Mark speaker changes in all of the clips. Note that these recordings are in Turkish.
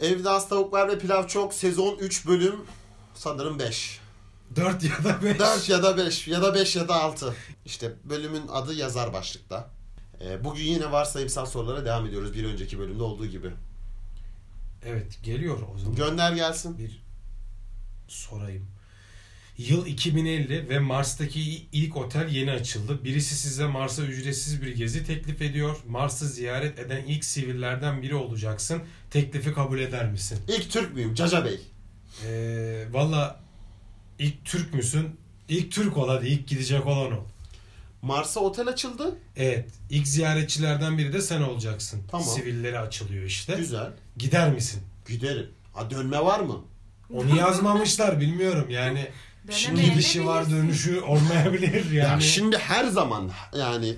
Speaker 1: Evde az tavuklar ve pilav çok. Sezon 3 bölüm sanırım 5.
Speaker 2: 4 ya da 5.
Speaker 1: 4 ya da 5 ya da 5 ya da 6. İşte bölümün adı yazar başlıkta. Ee, bugün yine varsayımsal sorulara devam ediyoruz bir önceki bölümde olduğu gibi.
Speaker 2: Evet geliyor o zaman.
Speaker 1: Gönder gelsin.
Speaker 2: bir sorayım. Yıl 2050 ve Mars'taki ilk otel yeni açıldı. Birisi size Mars'a ücretsiz bir gezi teklif ediyor. Mars'ı ziyaret eden ilk sivillerden biri olacaksın. Teklifi kabul eder misin?
Speaker 1: İlk Türk müyüm? Caca Bey.
Speaker 2: Ee, Valla ilk Türk müsün? İlk Türk ol hadi ilk gidecek olan ol.
Speaker 1: Mars'a otel açıldı.
Speaker 2: Evet ilk ziyaretçilerden biri de sen olacaksın.
Speaker 1: Tamam.
Speaker 2: Sivilleri açılıyor işte.
Speaker 1: Güzel.
Speaker 2: Gider misin?
Speaker 1: Giderim. Ha dönme var mı?
Speaker 2: Onu yazmamışlar bilmiyorum yani. Şimdi
Speaker 3: Dönemeyen de
Speaker 2: gidişi var
Speaker 3: bilirsin.
Speaker 2: dönüşü olmayabilir yani.
Speaker 1: Ya şimdi her zaman yani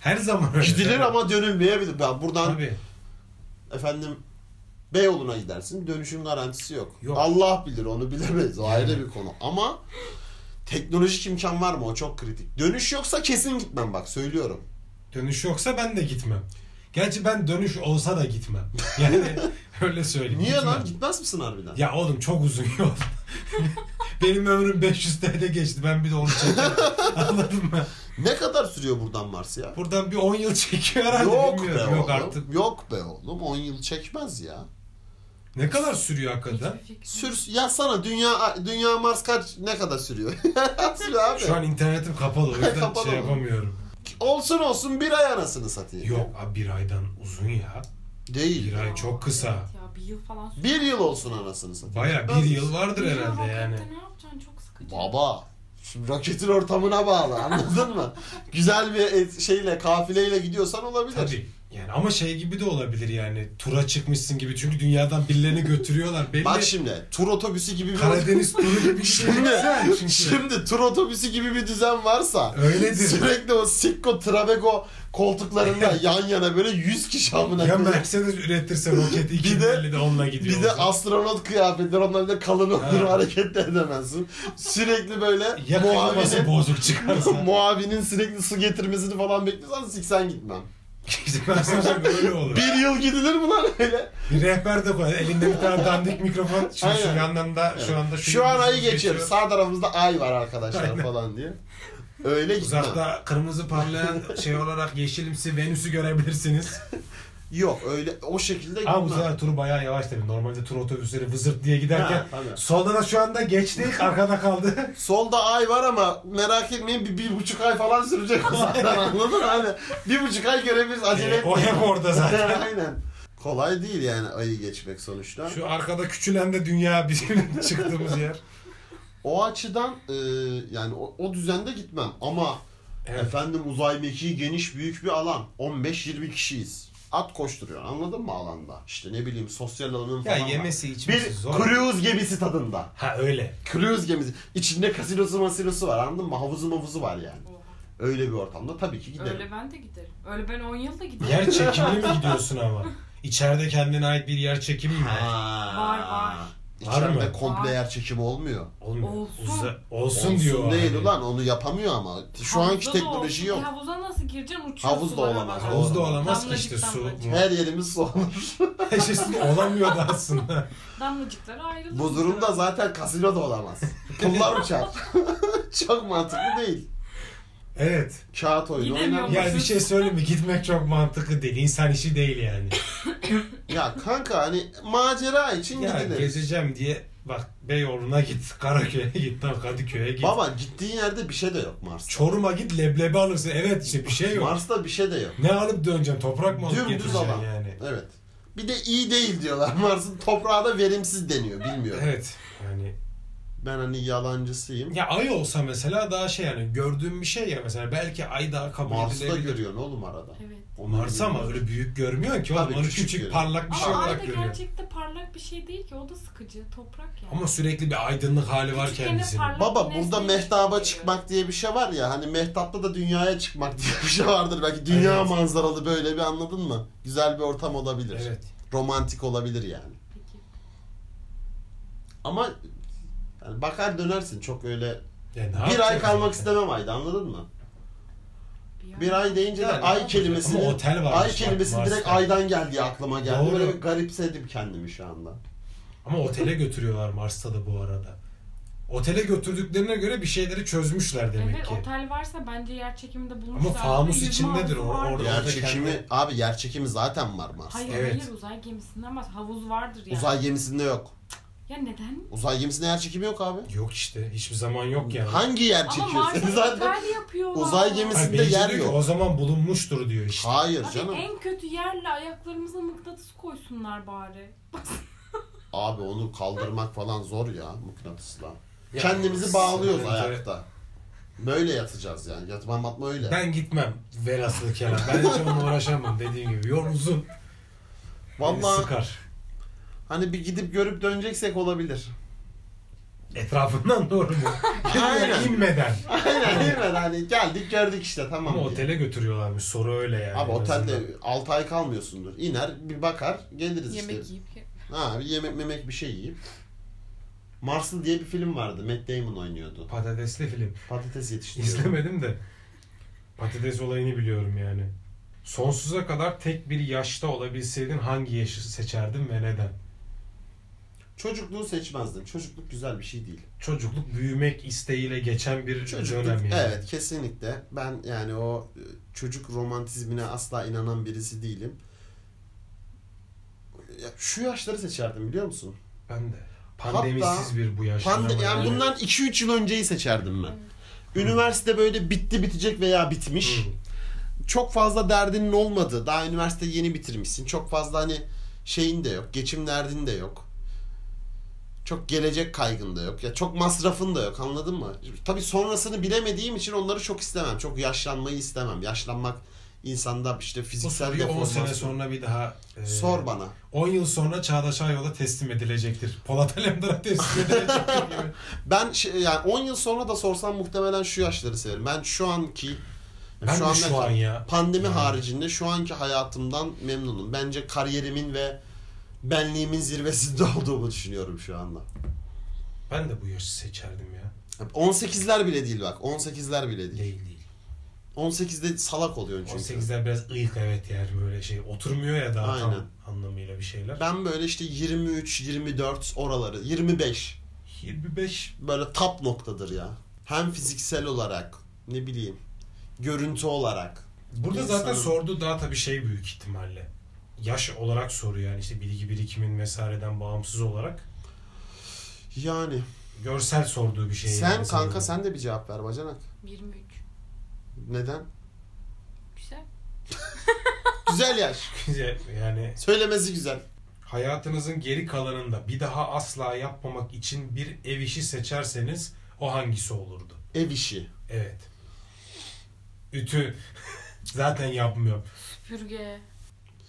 Speaker 2: Her zaman öyle.
Speaker 1: gidilir ama dönülmeyebilir. Ben buradan
Speaker 2: Tabii.
Speaker 1: efendim Beyoğlu'na gidersin. Dönüşün garantisi yok.
Speaker 2: Yok.
Speaker 1: Allah bilir onu bilemeyiz. O ayrı bir konu. Ama teknolojik imkan var mı? O çok kritik. Dönüş yoksa kesin gitmem bak söylüyorum.
Speaker 2: Dönüş yoksa ben de gitmem. Gerçi ben dönüş olsa da gitmem. Yani öyle söyleyeyim.
Speaker 1: Niye
Speaker 2: gitmem.
Speaker 1: lan? Gitmez misin harbiden?
Speaker 2: Ya oğlum çok uzun yol. Benim ömrüm 500 TL geçti. Ben bir de onu çekerim. Anladın mı?
Speaker 1: Ne kadar sürüyor buradan Mars ya?
Speaker 2: Buradan bir 10 yıl çekiyor herhalde.
Speaker 1: Yok be
Speaker 2: bilmiyorum.
Speaker 1: oğlum.
Speaker 2: Yok artık.
Speaker 1: Yok be oğlum. 10 yıl çekmez ya.
Speaker 2: Ne kadar sürüyor hakikaten?
Speaker 3: Hiçbir fikrim yok.
Speaker 1: Sür ya sana dünya dünya Mars kaç ne kadar sürüyor? sürüyor abi.
Speaker 2: Şu an internetim kapalı. O yüzden
Speaker 1: Kapalı
Speaker 2: şey
Speaker 1: mı?
Speaker 2: yapamıyorum.
Speaker 1: Olsun olsun bir ay anasını satayım.
Speaker 2: Yok abi bir aydan uzun ya.
Speaker 1: Değil.
Speaker 2: Bir ay çok kısa.
Speaker 3: Evet ya bir yıl falan sürüyor.
Speaker 1: Bir yıl olsun anasını satayım.
Speaker 2: Baya bir
Speaker 1: Gitmez misin?
Speaker 2: yıl vardır
Speaker 3: Bir yıl
Speaker 2: herhalde yani.
Speaker 3: hakikaten Ne yapacaksın çok sıkıcı.
Speaker 1: Baba şimdi raketin ortamına bağlı anladın mı? Güzel bir et- şeyle kafileyle gidiyorsan olabilir.
Speaker 2: Tabii. Yani ama şey gibi de olabilir yani tura çıkmışsın gibi çünkü dünyadan birilerini götürüyorlar. Belli
Speaker 1: Bak şimdi tur otobüsü gibi bir
Speaker 2: Karadeniz turu gibi bir şey
Speaker 1: Şimdi-
Speaker 2: güzel çünkü.
Speaker 1: Şimdi tur otobüsü gibi bir düzen varsa
Speaker 2: Öyledir.
Speaker 1: sürekli o Sikko Trabeco koltuklarında yan yana böyle 100 kişi amına
Speaker 2: Ya
Speaker 1: koyayım.
Speaker 2: Mercedes üretirse roket 2050'de onunla gidiyor.
Speaker 1: Bir de
Speaker 2: olacak.
Speaker 1: astronot kıyafetler onlar bir de kalın olur
Speaker 2: Ha.
Speaker 1: hareket de edemezsin. Sürekli böyle
Speaker 2: ya kliması
Speaker 1: muavinin,
Speaker 2: bozuk çıkarsa.
Speaker 1: muavinin sürekli su getirmesini falan bekliyorsan siksen gitmem.
Speaker 2: Gitmezsen böyle olur.
Speaker 1: Bir yıl gidilir mi lan öyle?
Speaker 2: Bir rehber de koyar. Elinde bir tane dandik mikrofon. Şimdi şu
Speaker 1: Aynen.
Speaker 2: yandan da şu anda
Speaker 1: Şu, an ayı geçiyor. Sağ tarafımızda ay var arkadaşlar
Speaker 2: Aynen.
Speaker 1: falan diye. Öyle gitmem.
Speaker 2: Uzakta kırmızı parlayan şey olarak yeşilimsi Venüs'ü görebilirsiniz.
Speaker 1: Yok öyle o şekilde
Speaker 2: Ama bu
Speaker 1: gitmem.
Speaker 2: sefer turu bayağı yavaş tabii. Normalde tur otobüsleri vızırt diye
Speaker 1: Ha,
Speaker 2: giderken
Speaker 1: tabii.
Speaker 2: solda da şu anda geçtik arkada kaldı.
Speaker 1: Solda ay var ama merak etmeyin bir, bir buçuk ay falan sürecek o zaten anladın mı? Hani bir buçuk ay görebiliriz acele
Speaker 2: E, o
Speaker 1: etmeyin.
Speaker 2: hep orada zaten.
Speaker 1: Aynen. Kolay değil yani ayı geçmek sonuçta.
Speaker 2: Şu arkada küçülen de dünya bizim çıktığımız yer.
Speaker 1: O açıdan e, yani o, o düzende gitmem ama
Speaker 2: Evet.
Speaker 1: efendim uzay mekiği geniş büyük bir alan. 15-20 kişiyiz. At koşturuyor anladın mı alanda? İşte ne bileyim sosyal alanın
Speaker 2: Ya
Speaker 1: falan var.
Speaker 2: yemesi
Speaker 1: Bir
Speaker 2: içmesi zor.
Speaker 1: cruise gemisi tadında.
Speaker 2: Ha öyle.
Speaker 1: Cruise gemisi. İçinde kasinosu masinosu var anladın mı? Havuzu mavuzu var yani.
Speaker 3: Oha.
Speaker 1: Öyle bir ortamda tabii ki giderim.
Speaker 3: Öyle ben de giderim. Öyle ben 10 yıl da giderim.
Speaker 2: Yer çekimli mi gidiyorsun ama? İçeride kendine ait bir yer çekimi mi? var?
Speaker 1: Ha.
Speaker 3: Var, var.
Speaker 1: İçeride
Speaker 2: Var mı?
Speaker 1: komple
Speaker 3: Var.
Speaker 1: yer çekimi olmuyor.
Speaker 2: Olmuyor.
Speaker 3: Olsun.
Speaker 2: Uza- olsun,
Speaker 1: Olsun
Speaker 2: diyor. o
Speaker 1: değil
Speaker 2: hani.
Speaker 1: ulan onu yapamıyor ama. Şu
Speaker 3: Havuzda
Speaker 1: anki
Speaker 3: da
Speaker 1: teknoloji
Speaker 3: olsun.
Speaker 1: yok.
Speaker 3: E, Havuza nasıl gireceksin? Uçuyor
Speaker 1: Havuz da
Speaker 3: sulara
Speaker 1: olamaz.
Speaker 3: bakarsın.
Speaker 2: Havuz da olamaz ki işte su.
Speaker 3: Damlacık,
Speaker 2: mu?
Speaker 1: Her yerimiz su olur.
Speaker 2: Şey, Olamıyor da aslında.
Speaker 3: Damlacıklara ayrılır.
Speaker 1: Bu durumda zaten kasino da olamaz. Pullar uçar. çok mantıklı değil.
Speaker 2: Evet.
Speaker 1: Kağıt oyunu
Speaker 3: Gidemiyorum.
Speaker 1: oynanmaz.
Speaker 2: Yani bir şey söyleyeyim mi? Gitmek çok mantıklı değil. İnsan işi değil yani.
Speaker 1: Ya kanka hani macera için
Speaker 2: Ya
Speaker 1: gidilir.
Speaker 2: gezeceğim diye bak Beyoğlu'na git, Karaköy'e git, lan Kadıköy'e git.
Speaker 1: Baba gittiğin yerde bir şey de yok Mars'ta.
Speaker 2: Çorum'a git leblebi alırsın. Evet işte bir şey yok.
Speaker 1: Mars'ta bir şey de yok.
Speaker 2: Ne alıp döneceğim? Toprak mı alıp
Speaker 1: Dümdüz
Speaker 2: getireceksin
Speaker 1: alan.
Speaker 2: yani?
Speaker 1: Evet. Bir de iyi değil diyorlar. Mars'ın toprağı da verimsiz deniyor. Bilmiyorum.
Speaker 2: Evet. Yani
Speaker 1: Ben hani yalancısıyım.
Speaker 2: ya ay olsa mesela daha şey yani gördüğüm bir şey ya mesela belki ay daha kabul
Speaker 1: Mars'ta
Speaker 2: edilebilir.
Speaker 1: görüyorsun oğlum arada.
Speaker 3: Evet.
Speaker 1: Onları
Speaker 2: Mars'a ama öyle büyük görmüyor ki.
Speaker 1: Tabii
Speaker 2: Oğlum onu
Speaker 1: küçük
Speaker 2: küçük,
Speaker 1: görüyor.
Speaker 2: parlak bir şey
Speaker 3: Ama
Speaker 2: olarak
Speaker 3: ayda
Speaker 2: görüyor.
Speaker 3: gerçekte parlak bir şey değil ki. O da sıkıcı. Toprak yani.
Speaker 2: Ama sürekli bir aydınlık hali var
Speaker 3: Küçükken de
Speaker 2: kendisinin.
Speaker 3: parlak
Speaker 1: Baba
Speaker 3: bir
Speaker 1: burada
Speaker 3: nesne
Speaker 1: mehtaba
Speaker 3: geliyor.
Speaker 1: çıkmak diye bir şey var ya hani mehtapta da dünyaya çıkmak diye bir şey vardır belki dünya
Speaker 2: Evet.
Speaker 1: manzaralı böyle bir anladın mı? Güzel bir ortam olabilir.
Speaker 2: Evet.
Speaker 1: Romantik olabilir yani.
Speaker 3: Peki.
Speaker 1: Ama yani bakar dönersin çok öyle
Speaker 2: Ya ne
Speaker 1: bir ay
Speaker 2: yapacaksın
Speaker 1: kalmak
Speaker 2: zaten?
Speaker 1: istemem ayda anladın mı?
Speaker 3: gibi ya.
Speaker 1: Bir ay deyince de
Speaker 2: Yani
Speaker 1: ay
Speaker 2: ama
Speaker 1: kelimesini
Speaker 2: otel varmış
Speaker 1: ay
Speaker 2: bak
Speaker 1: kelimesi
Speaker 2: Mars'ta.
Speaker 1: direkt aydan geldi aklıma geldi.
Speaker 2: Doğru.
Speaker 1: Böyle bir garipsedim kendimi şu anda.
Speaker 2: Ama otele götürüyorlar Mars'ta da bu arada. Otele götürdüklerine göre bir şeyleri çözmüşler demek
Speaker 3: evet
Speaker 2: ki.
Speaker 3: otel varsa bence yer çekiminde bulmuşlar.
Speaker 2: fanus
Speaker 3: Yüzme
Speaker 2: içindedir o,
Speaker 3: havuzu vardır.
Speaker 2: orada.
Speaker 1: Yer
Speaker 2: da
Speaker 1: çekimi
Speaker 2: kendi-
Speaker 1: abi yer çekimi zaten var Mars'ta.
Speaker 3: Hayır
Speaker 2: Evet.
Speaker 3: hayır uzay gemisinde ama havuz vardır yani.
Speaker 1: Uzay gemisinde yok.
Speaker 3: Ya neden?
Speaker 1: Uzay gemisinde yer çekimi yok abi.
Speaker 2: Yok işte. Hiçbir zaman yok yani.
Speaker 1: Hangi yer
Speaker 3: Ama
Speaker 1: çekiyorsun?
Speaker 3: Mars'ta
Speaker 1: zaten
Speaker 3: otel yapıyorlar.
Speaker 1: uzay gemisi-
Speaker 2: Hayır,
Speaker 1: gemisinde
Speaker 2: Beyci
Speaker 1: yer
Speaker 2: diyor ki,
Speaker 1: yok.
Speaker 2: O zaman bulunmuştur diyor işte.
Speaker 1: Hayır
Speaker 3: Abi
Speaker 1: E canım.
Speaker 3: en kötü yerle ayaklarımıza mıknatıs koysunlar bari.
Speaker 1: Abi onu kaldırmak falan zor ya mıknatısla.
Speaker 2: Ya,
Speaker 1: Kendimizi bağlıyoruz
Speaker 2: sıkıntı.
Speaker 1: ayakta. Böyle yatacağız yani. Yatma matma öyle.
Speaker 2: Ben gitmem. Velhasıl kelam. Ben hiç onunla uğraşamam dediğim gibi. Yol uzun. Beni
Speaker 1: Vallahi
Speaker 2: sıkar.
Speaker 1: hani bir gidip görüp döneceksek olabilir.
Speaker 2: Etrafından doğru mu?
Speaker 1: Aynen.
Speaker 2: İnmeden.
Speaker 1: Aynen değil mi? Hani geldik gördük işte tamam.
Speaker 2: Ama
Speaker 1: diye.
Speaker 2: otele götürüyorlarmış. Soru öyle yani.
Speaker 1: Abi
Speaker 2: en
Speaker 1: otelde
Speaker 2: azından.
Speaker 1: 6 ay kalmıyorsundur. İner bir bakar geliriz
Speaker 3: Yemek
Speaker 1: işte.
Speaker 3: yiyip.
Speaker 1: Ha bir yemek memek bir şey yiyip. Marslı diye bir film vardı. Matt Damon oynuyordu.
Speaker 2: Patatesli film.
Speaker 1: Patates yetiştiriyor.
Speaker 2: İzlemedim de. Patates olayını biliyorum yani. Sonsuza kadar tek bir yaşta olabilseydin hangi yaşı seçerdin ve neden?
Speaker 1: Çocukluğu seçmezdim. Çocukluk güzel bir şey değil.
Speaker 2: Çocukluk büyümek isteğiyle geçen bir
Speaker 1: Çocukluk
Speaker 2: dönem yani.
Speaker 1: evet kesinlikle. Ben yani o e, çocuk romantizmine asla inanan birisi değilim. Ya Şu yaşları seçerdim biliyor musun?
Speaker 2: Ben de. Pandemisiz
Speaker 1: Hatta
Speaker 2: bir bu yaş.
Speaker 1: Pande
Speaker 2: dönemi.
Speaker 1: yani bundan 2-3 yıl önceyi seçerdim ben. Üniversite böyle bitti bitecek veya bitmiş.
Speaker 2: Hı.
Speaker 1: çok fazla derdinin olmadı. Daha üniversite yeni bitirmişsin. Çok fazla hani şeyin de yok. Geçim derdin de yok. Çok gelecek kaygın da yok. Ya çok masrafın da yok. Anladın mı? Tabii sonrasını bilemediğim için onları çok istemem. Çok yaşlanmayı istemem. Yaşlanmak insanda işte
Speaker 2: Bu
Speaker 1: fiziksel
Speaker 2: soruyu 10 sene
Speaker 1: deformasyon.
Speaker 2: sonra bir daha e,
Speaker 1: Sor bana.
Speaker 2: 10 yıl sonra Çağdaş Ayol'a teslim edilecektir. Polat Alemdar'a teslim edilecektir gibi.
Speaker 1: Ben şey, yani 10 yıl sonra da sorsam muhtemelen şu yaşları severim. Ben şu anki
Speaker 2: Ben de şu an ya.
Speaker 1: Pandemi
Speaker 2: Yani.
Speaker 1: haricinde şu anki hayatımdan memnunum. Bence kariyerimin ve benliğimin zirvesinde olduğumu düşünüyorum şu anda.
Speaker 2: Ben de bu yaşı seçerdim ya.
Speaker 1: 18'ler bile değil bak. 18'ler bile değil.
Speaker 2: Değil değil.
Speaker 1: 18'de salak oluyorsun çünkü.
Speaker 2: 18'ler biraz ıyık evet yani böyle şey oturmuyor ya daha
Speaker 1: Aynen.
Speaker 2: tam anlamıyla bir şeyler.
Speaker 1: Ben böyle işte 23, 24 oraları, 25
Speaker 2: 25
Speaker 1: böyle tap noktadır ya. Hem fiziksel olarak ne bileyim görüntü olarak.
Speaker 2: Burada
Speaker 1: İnsanın-
Speaker 2: zaten sorduğu daha tabii şey büyük ihtimalle. Yaş olarak soruyor yani işte bilgi birikimin vesaireden bağımsız olarak.
Speaker 1: Yani
Speaker 2: Görsel sorduğu bir şey.
Speaker 1: sen
Speaker 2: yani
Speaker 1: kanka
Speaker 2: sanırım.
Speaker 1: sen de bir cevap ver bacanak.
Speaker 3: 23.
Speaker 1: Neden?
Speaker 3: Güzel.
Speaker 1: Güzel yaş.
Speaker 2: yani
Speaker 1: Söylemesi güzel.
Speaker 2: hayatınızın geri kalanında bir daha asla yapmamak için bir ev işi seçerseniz o hangisi olurdu?
Speaker 1: Ev işi.
Speaker 2: Evet. Ütü zaten yapmıyorum.
Speaker 3: Süpürge.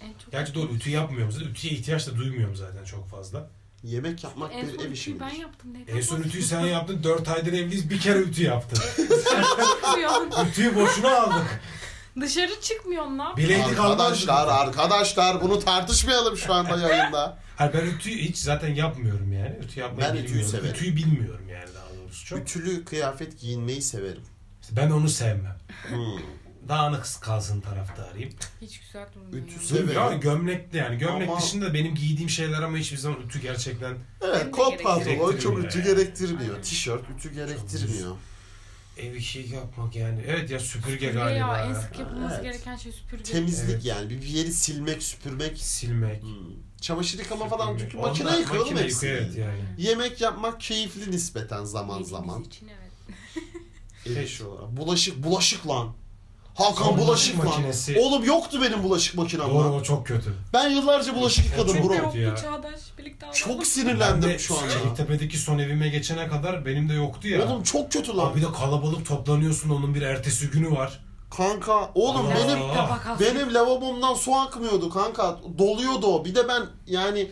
Speaker 3: En çok
Speaker 2: Gerçi doğru ütü yapmıyorum zaten. Ütüye ihtiyaç da duymuyorum zaten çok fazla.
Speaker 1: Yemek yapmak
Speaker 3: en
Speaker 1: bir
Speaker 3: son
Speaker 1: ev işi
Speaker 3: ütüyü
Speaker 1: midir?
Speaker 3: ben yaptım. Neden
Speaker 2: En son ütüyü sen yaptın. 4 aydır evliyiz. Bir kere ütü yaptın.
Speaker 3: yapmıyorsun.
Speaker 2: Ütüyü boşuna aldık.
Speaker 3: Dışarı çıkmıyorsun lan.
Speaker 2: Bileydik
Speaker 1: Arkadaşlar,
Speaker 2: Allah'ın.
Speaker 1: arkadaşlar bunu tartışmayalım şu anda yayında.
Speaker 2: Hayır ben ütüyü hiç zaten yapmıyorum yani. Ütü yapmayı
Speaker 1: Ben ütüyü
Speaker 2: bilmiyorum.
Speaker 1: severim.
Speaker 2: Ütüyü bilmiyorum yani daha doğrusu çok.
Speaker 1: Ütülü kıyafet giyinmeyi severim.
Speaker 2: İşte ben onu sevmem.
Speaker 1: Hmm.
Speaker 2: Dağınık kalsın taraftarıyım.
Speaker 3: Hiç güzel durmuyor.
Speaker 1: Ütü
Speaker 3: ya.
Speaker 1: sev- Severim.
Speaker 2: Ya gömlekli yani. Gömlek
Speaker 1: Ama-
Speaker 2: dışında benim giydiğim şeyler ama hiçbir zaman ütü gerçekten
Speaker 1: Evet,
Speaker 3: de
Speaker 1: kot
Speaker 3: gerektirmiyor.
Speaker 1: pantolon çok
Speaker 2: Gerektirmiyor
Speaker 1: ütü
Speaker 2: yani.
Speaker 1: gerektirmiyor.
Speaker 3: Aynen.
Speaker 1: Tişört ütü gerektirmiyor.
Speaker 2: ev işi yapmak yani. Evet ya süpürge
Speaker 3: Süpürge
Speaker 2: galiba.
Speaker 3: ya en
Speaker 2: ya.
Speaker 3: sık yapılması
Speaker 1: Evet.
Speaker 3: gereken şey süpürge.
Speaker 1: Temizlik
Speaker 2: Evet.
Speaker 1: yani. Bir yeri silmek, süpürmek.
Speaker 2: Silmek.
Speaker 1: Hmm. Çamaşır yıkama falan çünkü
Speaker 2: Onlar-
Speaker 1: makine yıkıyor oğlum
Speaker 2: makine
Speaker 1: hepsini.
Speaker 2: yıkıyor, Evet yani.
Speaker 1: Yemek yapmak keyifli nispeten zaman
Speaker 3: Yediğimiz
Speaker 1: zaman.
Speaker 3: için evet.
Speaker 1: Ev işi olarak. Bulaşık, bulaşık lan. Hakan
Speaker 2: Son
Speaker 1: bulaşık,
Speaker 2: bulaşık
Speaker 1: lan.
Speaker 2: makinesi.
Speaker 1: Oğlum yoktu benim bulaşık makinem
Speaker 2: Doğru
Speaker 1: lan.
Speaker 2: o çok kötü.
Speaker 1: Ben yıllarca bulaşık yıkadım
Speaker 2: Çok
Speaker 1: bro.
Speaker 2: kötü ya.
Speaker 3: Yoktu Çağdaş birlikte alalım.
Speaker 1: Çok
Speaker 2: Ben de
Speaker 1: sinirlendim şu anda.
Speaker 2: Şeytepe'deki son evime geçene kadar benim de yoktu ya.
Speaker 1: Oğlum çok kötü lan.
Speaker 2: Abi de kalabalık toplanıyorsun onun bir ertesi günü var.
Speaker 1: Kanka oğlum
Speaker 2: Allah.
Speaker 1: benim
Speaker 2: Aa.
Speaker 3: Tabak altı.
Speaker 1: benim lavabomdan su akmıyordu kanka. Doluyordu o. Bir de ben yani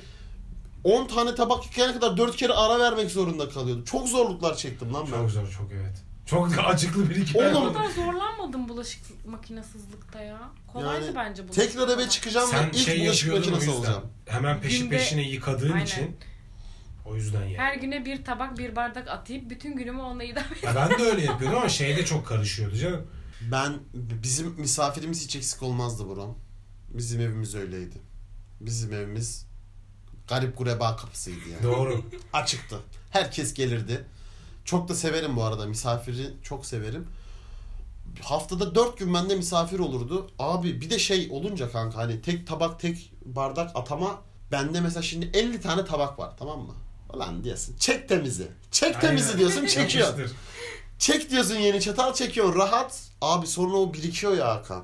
Speaker 1: 10 tane tabak yıkayana kadar 4 kere ara vermek zorunda kalıyordum. Çok zorluklar çektim lan ben.
Speaker 2: Çok zor çok evet. Çok da acıklı bir iki
Speaker 1: Oğlum,
Speaker 3: O kadar zorlanmadım bulaşık makinasızlıkta ya. Kolaydı
Speaker 1: Yani
Speaker 3: bence bulaşık.
Speaker 1: Tekrar eve çıkacağım
Speaker 2: Sen
Speaker 1: ve ilk
Speaker 2: şey
Speaker 1: bulaşık
Speaker 2: yapıyordun o
Speaker 1: makinesi
Speaker 2: yüzden.
Speaker 1: olacağım.
Speaker 2: Hemen peşi
Speaker 3: Günde-
Speaker 2: peşine yıkadığın
Speaker 3: Aynen.
Speaker 2: için. O yüzden yani.
Speaker 3: Her güne bir tabak bir bardak atayıp bütün günümü onunla idare
Speaker 2: Ya ben de öyle yapıyordum ama şeyde çok şey karışıyordu canım.
Speaker 1: Ben bizim misafirimiz hiç eksik olmazdı buram. Bizim evimiz öyleydi. Bizim evimiz garip gureba kapısıydı yani.
Speaker 2: Doğru.
Speaker 1: Açıktı. Herkes gelirdi. Çok da severim bu arada misafiri çok severim. Haftada dört gün bende misafir olurdu. Abi bir de şey olunca kanka hani tek tabak tek bardak atama bende mesela şimdi 50 tane tabak var tamam mı? Ulan diyorsun çek temizi. Çek temizi
Speaker 2: Aynen.
Speaker 1: diyorsun çekiyor.
Speaker 2: Yapıştır.
Speaker 1: Çek diyorsun yeni çatal çekiyorsun rahat. Abi sonra o birikiyor ya Hakan.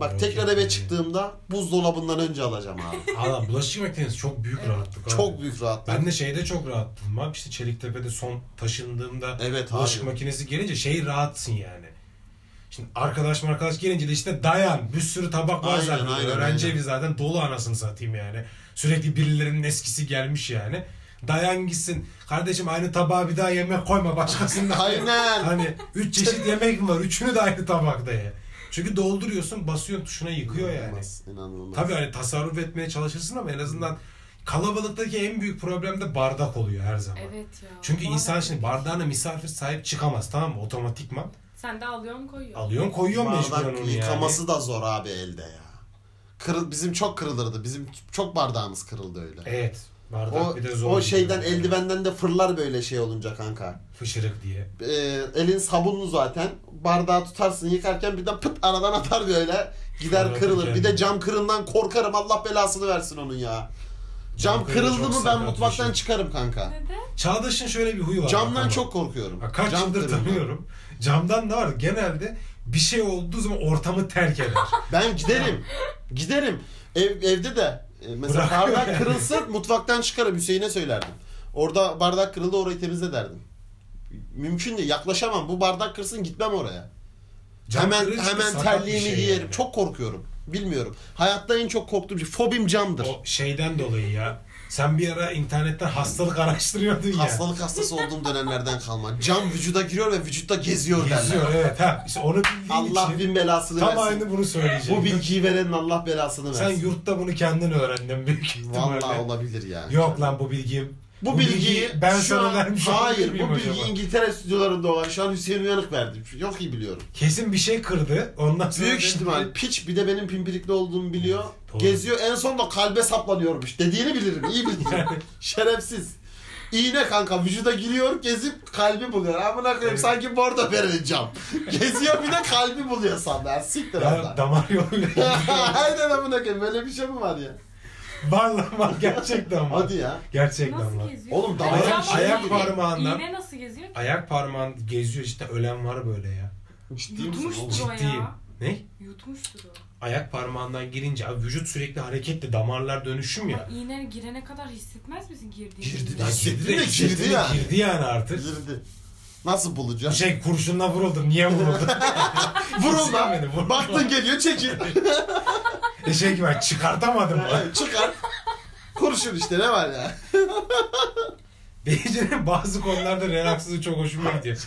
Speaker 1: Bak
Speaker 2: Oo,
Speaker 1: tekrar
Speaker 2: çok
Speaker 1: eve
Speaker 2: iyi.
Speaker 1: çıktığımda buzdolabından önce alacağım abi.
Speaker 2: Adam bulaşık makinesi çok büyük rahatlık. abi.
Speaker 1: Çok büyük rahatlık.
Speaker 2: Ben de şeyde çok rahattım. Abi işte Çeliktepe'de son taşındığımda
Speaker 1: Evet
Speaker 2: bulaşık
Speaker 1: abi.
Speaker 2: makinesi gelince şey rahatsın yani. Şimdi arkadaş arkadaş gelince de işte dayan. Bir sürü tabak var
Speaker 1: Aynen,
Speaker 2: zaten.
Speaker 1: aynen,
Speaker 2: Öğrenci
Speaker 1: aynen.
Speaker 2: evi zaten dolu anasını satayım yani. Sürekli birilerinin eskisi gelmiş yani. Dayan gitsin. Kardeşim aynı tabağa bir daha yemek koyma başkasından.
Speaker 1: Aynen.
Speaker 2: Hani üç çeşit yemek var. Üçünü de aynı tabakta ye. Çünkü dolduruyorsun basıyorsun tuşuna yıkıyor yani.
Speaker 1: İnanılmaz, inanılmaz.
Speaker 2: Tabii hani tasarruf etmeye çalışırsın ama en azından kalabalıktaki en büyük problem de bardak oluyor her zaman.
Speaker 3: Evet ya.
Speaker 2: Çünkü
Speaker 3: Bazen-
Speaker 2: insan şimdi bardağına misafir sahip çıkamaz tamam mı? Otomatikman
Speaker 3: Sen de alıyorsun koyuyorsun.
Speaker 2: alıyorsun koyuyorsun mecburen
Speaker 1: Bardak
Speaker 2: onu yani.
Speaker 1: yıkaması da zor abi elde ya. Kırıl, bizim çok kırılırdı. Bizim çok bardağımız kırıldı öyle.
Speaker 2: Evet. Bardak
Speaker 1: o,
Speaker 2: E, bir de zor.
Speaker 1: o
Speaker 2: bir şey.
Speaker 1: şeyden eldivenden de fırlar böyle şey olunca kanka.
Speaker 2: Fışırık diye.
Speaker 1: Ee, elin sabunlu zaten. Bardağı tutarsın yıkarken birden pıt aradan atar böyle. Gider
Speaker 2: Fırlatır
Speaker 1: kırılır. Bir de
Speaker 2: kendini.
Speaker 1: cam kırından korkarım. Allah belasını versin onun ya. Cam
Speaker 2: Cam kırığı
Speaker 1: kırıldı
Speaker 2: çok
Speaker 1: mı ben
Speaker 2: sakat bir
Speaker 1: mutfaktan
Speaker 2: şey.
Speaker 1: çıkarım kanka.
Speaker 3: Neden?
Speaker 2: Çağdaş'ın şöyle bir huyu var. bak
Speaker 1: Camdan
Speaker 2: ama.
Speaker 1: çok korkuyorum.
Speaker 2: Ha, Kaç
Speaker 1: Cam
Speaker 2: yıldır
Speaker 1: kırıldı.
Speaker 2: tanıyorum. Camdan da var. Genelde bir şey olduğu zaman ortamı terk eder.
Speaker 1: Ben giderim. giderim. Ev, evde de e, mesela
Speaker 2: Bırakıyor
Speaker 1: bardak
Speaker 2: yani.
Speaker 1: kırılsa mutfaktan çıkarım Hüseyin'e söylerdim. Orada bardak kırıldı orayı temizle derdim. Mümkün değil yaklaşamam. Bu bardak kırsın gitmem oraya.
Speaker 2: Cam
Speaker 1: hemen
Speaker 2: kırığı işte
Speaker 1: hemen
Speaker 2: sakat
Speaker 1: terliğimi
Speaker 2: bir şey
Speaker 1: giyerim.
Speaker 2: yani.
Speaker 1: Çok korkuyorum. Bilmiyorum. Hayatta en çok korktuğum şey fobim camdır.
Speaker 2: O şeyden dolayı ya. Sen bir ara internetten hastalık araştırıyordun ya.
Speaker 1: Hastalık hastası olduğum dönemlerden kalma. Cam vücuda giriyor ve vücutta geziyor, derler.
Speaker 2: Geziyor evet. Ha, işte onu bildiğin
Speaker 1: Allah
Speaker 2: için
Speaker 1: bin belasını
Speaker 2: tam
Speaker 1: versin.
Speaker 2: aynı bunu söyleyeceğim.
Speaker 1: Bu bilgiyi verenin Allah belasını
Speaker 2: Sen
Speaker 1: versin.
Speaker 2: yurtta bunu kendin öğrendin büyük ihtimalle.
Speaker 1: Vallahi olabilir yani.
Speaker 2: Yok lan bu bilgi.
Speaker 1: Bu, bilgiyi
Speaker 2: ben
Speaker 1: şu
Speaker 2: sana
Speaker 1: an-
Speaker 2: vermiş
Speaker 1: Hayır
Speaker 2: olabilir
Speaker 1: bu
Speaker 2: miyim
Speaker 1: bilgi
Speaker 2: acaba?
Speaker 1: İngiltere stüdyolarında olan şu an Hüseyin Uyanık verdi. Yok iyi biliyorum.
Speaker 2: Kesin bir şey kırdı. Ondan sonra
Speaker 1: Büyük
Speaker 2: dedi-
Speaker 1: ihtimal piç bir de benim pimpirikli olduğumu biliyor.
Speaker 2: Doğru.
Speaker 1: Geziyor en son da kalbe saplanıyormuş. Dediğini bilirim iyi bilirim. Şerefsiz. İğne kanka vücuda giriyor gezip kalbi buluyor. Amına koyayım
Speaker 2: Evet.
Speaker 1: sanki bordo vereceğim. Geziyor bir de kalbi buluyor sandı. Ya Siktir
Speaker 2: Ya,
Speaker 1: abla.
Speaker 2: damar yoluyla.
Speaker 1: Aynen amına koyayım böyle bir şey mi var ya?
Speaker 2: var lan var gerçekten var.
Speaker 1: Hadi ya.
Speaker 2: Gerçekten
Speaker 3: Nasıl
Speaker 2: var.
Speaker 3: geziyor?
Speaker 1: Oğlum,
Speaker 3: Ay,
Speaker 1: dayak-
Speaker 3: cam
Speaker 1: ayak
Speaker 3: kırılıyor.
Speaker 2: parmağından-
Speaker 3: İğne nasıl geziyor?
Speaker 2: Ayak parmağın geziyor işte ölen var böyle ya.
Speaker 1: Ciddi misin oğlum?
Speaker 3: Yutmuştur o
Speaker 2: Ciddiyim.
Speaker 3: ya.
Speaker 2: Ne?
Speaker 3: Yutmuştur o.
Speaker 2: Ayak parmağından girince abi vücut sürekli hareketli damarlar dönüşüm ya.
Speaker 3: Ama iğne girene kadar hissetmez misin girdiğini?
Speaker 1: Girdi
Speaker 2: Ya
Speaker 1: lan.
Speaker 2: girdi
Speaker 1: Hissettin mi?
Speaker 2: de
Speaker 1: Girdi
Speaker 2: girdi
Speaker 1: yani.
Speaker 2: yani. Girdi yani artık.
Speaker 1: Girdi. Nasıl bulacağım?
Speaker 2: Şey kurşunla vuruldum. Niye vuruldum? şey
Speaker 1: Vurulma.
Speaker 2: Sevmedim, vurulma.
Speaker 1: Baktın geliyor çekil.
Speaker 2: Eşek gibi E şey ben çıkartamadım.
Speaker 1: Evet, Çıkar. Kurşun işte ne var ya.
Speaker 2: Beyciğim bazı konularda relaksızı çok hoşuma gidiyor.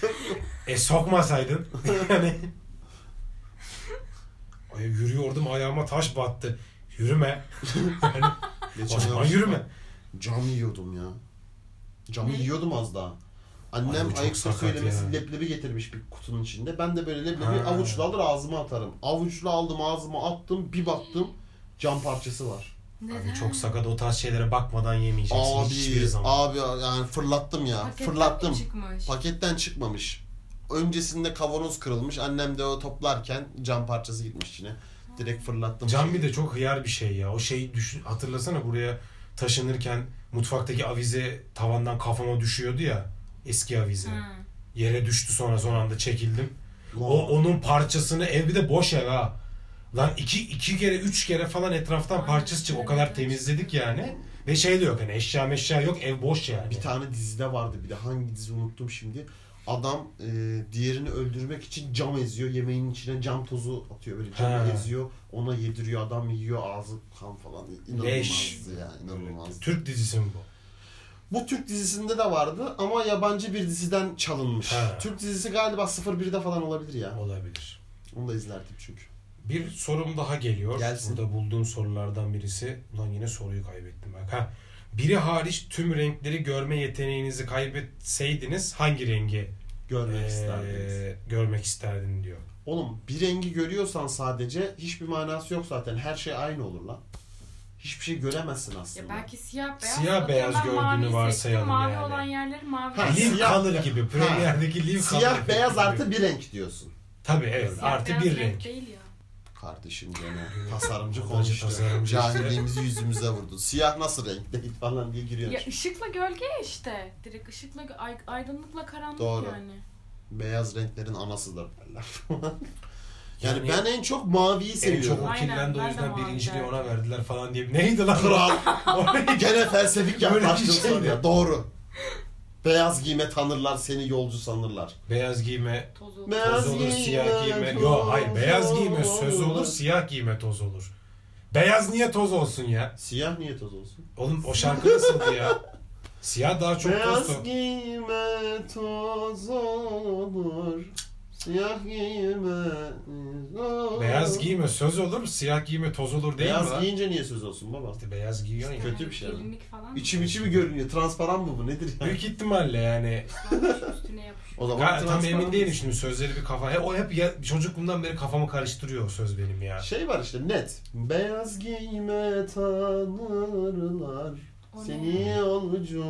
Speaker 2: e sokmasaydın. yani. Ay, yürüyordum ayağıma taş battı. Yürüme. Yani, o zaman yürüme.
Speaker 1: Cam yiyordum ya. Cam
Speaker 3: Ne?
Speaker 1: yiyordum az daha.
Speaker 2: Ay, bu
Speaker 1: Annem
Speaker 2: çok
Speaker 1: ayıp
Speaker 2: sakat
Speaker 1: söylemesi
Speaker 2: ya.
Speaker 1: leblebi getirmiş bir kutunun içinde. Ben de böyle leblebi
Speaker 2: Ha.
Speaker 1: avuçla alır ağzıma atarım. Avuçla aldım ağzıma attım bir baktım cam parçası var.
Speaker 3: Neden?
Speaker 2: Abi çok sakat o tarz şeylere bakmadan yemeyeceksin hiçbir
Speaker 1: Abi
Speaker 2: zaman.
Speaker 1: abi yani fırlattım ya.
Speaker 3: Paketten mi
Speaker 1: fırlattım.
Speaker 3: çıkmış?
Speaker 1: Paketten çıkmamış. Öncesinde kavanoz kırılmış. Annem de o toplarken cam parçası gitmiş içine. Direkt fırlattım.
Speaker 2: Cam bir de çok hıyar bir şey ya. O şeyi düşün, hatırlasana buraya taşınırken mutfaktaki avize tavandan kafama düşüyordu ya. Eski avize.
Speaker 3: Ha.
Speaker 2: Yere düştü sonra son anda çekildim.
Speaker 1: Ulan.
Speaker 2: O onun parçasını ev bir de boş ev ha. Lan iki, iki kere üç kere falan etraftan
Speaker 3: Aynen.
Speaker 2: parçası çık. O kadar temizledik yani. Ve şey de yok hani eşya meşya yok ev boş yani.
Speaker 1: Bir tane dizide vardı bir de hangi dizi unuttum şimdi. Adam e, diğerini öldürmek için cam eziyor. Yemeğin içine cam tozu atıyor böyle camı
Speaker 2: He.
Speaker 1: eziyor. Ona yediriyor adam yiyor ağzı kan falan.
Speaker 2: Leş.
Speaker 1: İnanılmazdı ya inanılmazdı.
Speaker 2: Türk dizisi mi bu?
Speaker 1: Bu Türk dizisinde de vardı ama yabancı bir diziden çalınmış.
Speaker 2: He.
Speaker 1: Türk dizisi galiba 01'de falan olabilir ya.
Speaker 2: Olabilir.
Speaker 1: Onu da izlerdim çünkü.
Speaker 2: Bir sorum daha geliyor.
Speaker 1: Gelsin.
Speaker 2: Burada bulduğum sorulardan birisi. Ulan yine soruyu kaybettim bak. Ha. Biri hariç tüm renkleri görme yeteneğinizi kaybetseydiniz hangi rengi
Speaker 1: Görmek
Speaker 2: eee,
Speaker 1: isterdiniz.
Speaker 2: görmek isterdin diyor.
Speaker 1: Oğlum bir rengi görüyorsan sadece hiçbir manası yok zaten. Her şey aynı olur lan. Hiçbir şey göremezsin aslında.
Speaker 3: Ya belki siyah beyaz.
Speaker 2: Siyah beyaz
Speaker 3: Atıyorum ben
Speaker 2: gördüğünü
Speaker 3: maviyi seçtim,
Speaker 2: varsayalım
Speaker 3: Mavi
Speaker 2: yani.
Speaker 3: olan yerleri mavi.
Speaker 1: Ha,
Speaker 2: Live
Speaker 1: siyah-
Speaker 2: color gibi. Premier'deki live color.
Speaker 1: Siyah beyaz
Speaker 2: efekti
Speaker 1: artı
Speaker 2: gibi.
Speaker 1: bir renk diyorsun.
Speaker 2: Tabii evet.
Speaker 3: Siyah
Speaker 2: artı
Speaker 3: beyaz
Speaker 2: bir renk.
Speaker 3: Değil ya.
Speaker 1: Kardeşim gene tasarımcı
Speaker 2: Bence
Speaker 1: konuştu.
Speaker 2: tasarımcı işte.
Speaker 1: Cahilliğimizi yüzümüze vurdu. Siyah nasıl renk değil falan diye giriyor.
Speaker 3: Ya ışıkla gölge işte. Direkt ışıkla gö- ay- aydınlıkla karanlık
Speaker 1: Doğru.
Speaker 3: yani.
Speaker 1: Beyaz renklerin anasıdır derler falan. yani,
Speaker 2: Yani
Speaker 1: ben en çok maviyi
Speaker 2: En
Speaker 1: seviyorum.
Speaker 2: çok o
Speaker 3: Aynen,
Speaker 2: kirlendi o
Speaker 3: ben de
Speaker 2: yüzden
Speaker 3: mavi
Speaker 2: birinciliği
Speaker 3: derdim.
Speaker 2: ona verdiler falan diye. Neydi lan?
Speaker 1: Kral.
Speaker 2: O neydi?
Speaker 1: Gene felsefik
Speaker 2: Böyle bir
Speaker 1: yaklaştın
Speaker 2: şey
Speaker 1: soruya.
Speaker 2: mi?
Speaker 1: Doğru. Beyaz giyme tanırlar, seni yolcu sanırlar.
Speaker 2: beyaz giyme
Speaker 3: Tozu.
Speaker 1: Ben-
Speaker 2: toz
Speaker 1: Beyaz
Speaker 2: olur,
Speaker 1: giyme,
Speaker 2: siyah giyme.
Speaker 1: toz
Speaker 2: Yo hayır beyaz giyme söz
Speaker 1: olur.
Speaker 2: olur, siyah giyme toz olur. Beyaz niye toz olsun ya?
Speaker 1: Siyah niye toz olsun?
Speaker 2: Oğlum o şarkı nasıldı ya? Siyah daha çok toz
Speaker 1: Beyaz
Speaker 2: toz.
Speaker 1: giyme toz olur. Siyah giyme toz olur.
Speaker 2: Beyaz giyme söz olur, siyah giyme toz olur değil mi?
Speaker 1: Beyaz
Speaker 2: lan?
Speaker 1: giyince niye söz olsun baba?
Speaker 2: İşte beyaz giyiyor ya.
Speaker 1: Kötü bir şey mi?
Speaker 3: Gelinlik falan.
Speaker 1: İçim içi mi görünüyor? Transparan mı bu? Nedir yani?
Speaker 2: Büyük ihtimalle yani.
Speaker 3: yapmış, üstüne yapmış.
Speaker 1: O zaman
Speaker 2: Ya, tam
Speaker 1: transparan
Speaker 2: emin
Speaker 1: mı?
Speaker 2: değilim şimdi sözleri bir kafa. He, o hep ya, çocukluğumdan beri kafamı karıştırıyor o söz benim ya.
Speaker 1: Şey var işte net. Beyaz giyme tanırlar.
Speaker 3: O
Speaker 1: Seni
Speaker 3: ne?
Speaker 1: yolcu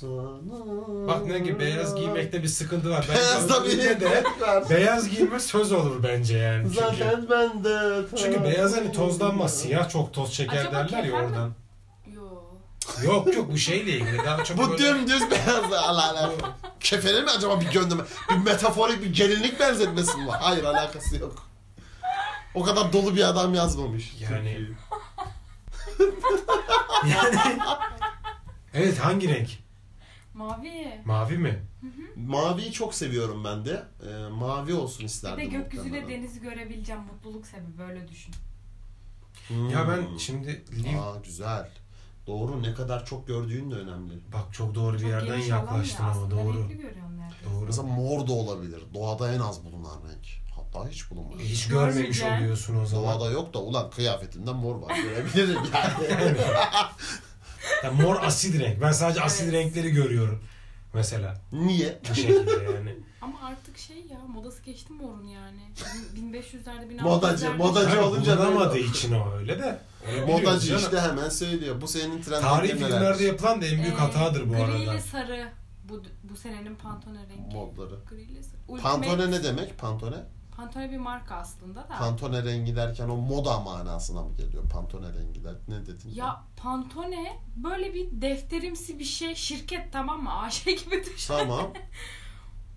Speaker 1: sanırlar.
Speaker 2: Bak ne ki beyaz giymekte bir sıkıntı var. Ben
Speaker 1: Beyaz da bir
Speaker 2: yine de
Speaker 1: net var.
Speaker 2: beyaz giyme söz olur bence yani. Çünkü,
Speaker 1: Zaten ben de
Speaker 2: çünkü beyaz
Speaker 1: tanırlar.
Speaker 2: hani tozlanmaz. Siyah çok toz çeker
Speaker 3: Acaba
Speaker 2: derler ya
Speaker 3: kefen mi?
Speaker 2: oradan.
Speaker 3: Yo.
Speaker 2: Yok yok bu şeyle ilgili. Daha çok
Speaker 1: Bu
Speaker 2: böyle-
Speaker 1: dümdüz beyaz. Allah Allah. Kefene mi acaba bir gönderme? Bir metaforik bir gelinlik benzetmesi mi var? Hayır alakası yok. O kadar dolu bir adam yazmamış.
Speaker 2: Yani-
Speaker 1: Çünkü.
Speaker 2: Evet hangi renk?
Speaker 3: Mavi.
Speaker 2: Mavi mi?
Speaker 1: Maviyi çok seviyorum ben de. Ee, mavi olsun
Speaker 3: Bir
Speaker 1: isterdim.
Speaker 3: de gökyüzüyle
Speaker 1: muhtemelen.
Speaker 3: denizi görebileceğim mutluluk sebebi böyle düşün.
Speaker 1: Hmm.
Speaker 2: Ya ben şimdi Liv-
Speaker 1: Aa güzel. Doğru ne kadar çok gördüğün de önemli.
Speaker 2: Bak çok doğru bir
Speaker 3: Çok
Speaker 2: yerden
Speaker 3: geniş alan ya,
Speaker 2: yaklaştın ama
Speaker 3: aslında
Speaker 2: doğru.
Speaker 3: renkli görüyorum neredeyse.
Speaker 2: Doğru.
Speaker 1: Mesela mor da olabilir. Doğada en az bulunan renk. Hatta hiç bulunmaz.
Speaker 2: E, Hiç görmemiş
Speaker 3: Görmeyeceğim.
Speaker 2: oluyorsun o zaman.
Speaker 1: Doğada yok da ulan kıyafetinden mor var. Görebilirim yani.
Speaker 2: Ya mor asil renk. Ben sadece asil
Speaker 3: Evet.
Speaker 2: renkleri görüyorum. Mesela
Speaker 1: Niye?
Speaker 2: bu şekilde yani.
Speaker 3: Ama artık şey ya modası geçti morun yani. Bin- 1500'lerde 1600'lerde.
Speaker 1: Modacı,
Speaker 3: şey.
Speaker 1: modacı.
Speaker 2: Tabii
Speaker 1: olunca böyle
Speaker 2: bulunamadığı
Speaker 1: olur.
Speaker 2: için o öyle de. Onu biliyoruz
Speaker 1: Modacı
Speaker 2: canım.
Speaker 1: işte hemen söylüyor. Bu senin trendin.
Speaker 2: Tarihi filmlerde yapılan da en büyük
Speaker 3: Ee,
Speaker 2: hatadır bu
Speaker 3: Gri
Speaker 2: arada.
Speaker 3: ile sarı. Bu, bu senenin Pantone rengi.
Speaker 1: Modları.
Speaker 3: Gri ile sarı. Ultimate-
Speaker 1: Pantone ne demek? Pantone?
Speaker 3: Pantone bir marka aslında da.
Speaker 1: Pantone rengi derken o moda manasına mı geliyor? Pantone rengi der. Ne dedin?
Speaker 3: ya Pantone böyle bir defterimsi bir şey şirket tamam mı? AŞ gibi düşün.
Speaker 1: Tamam.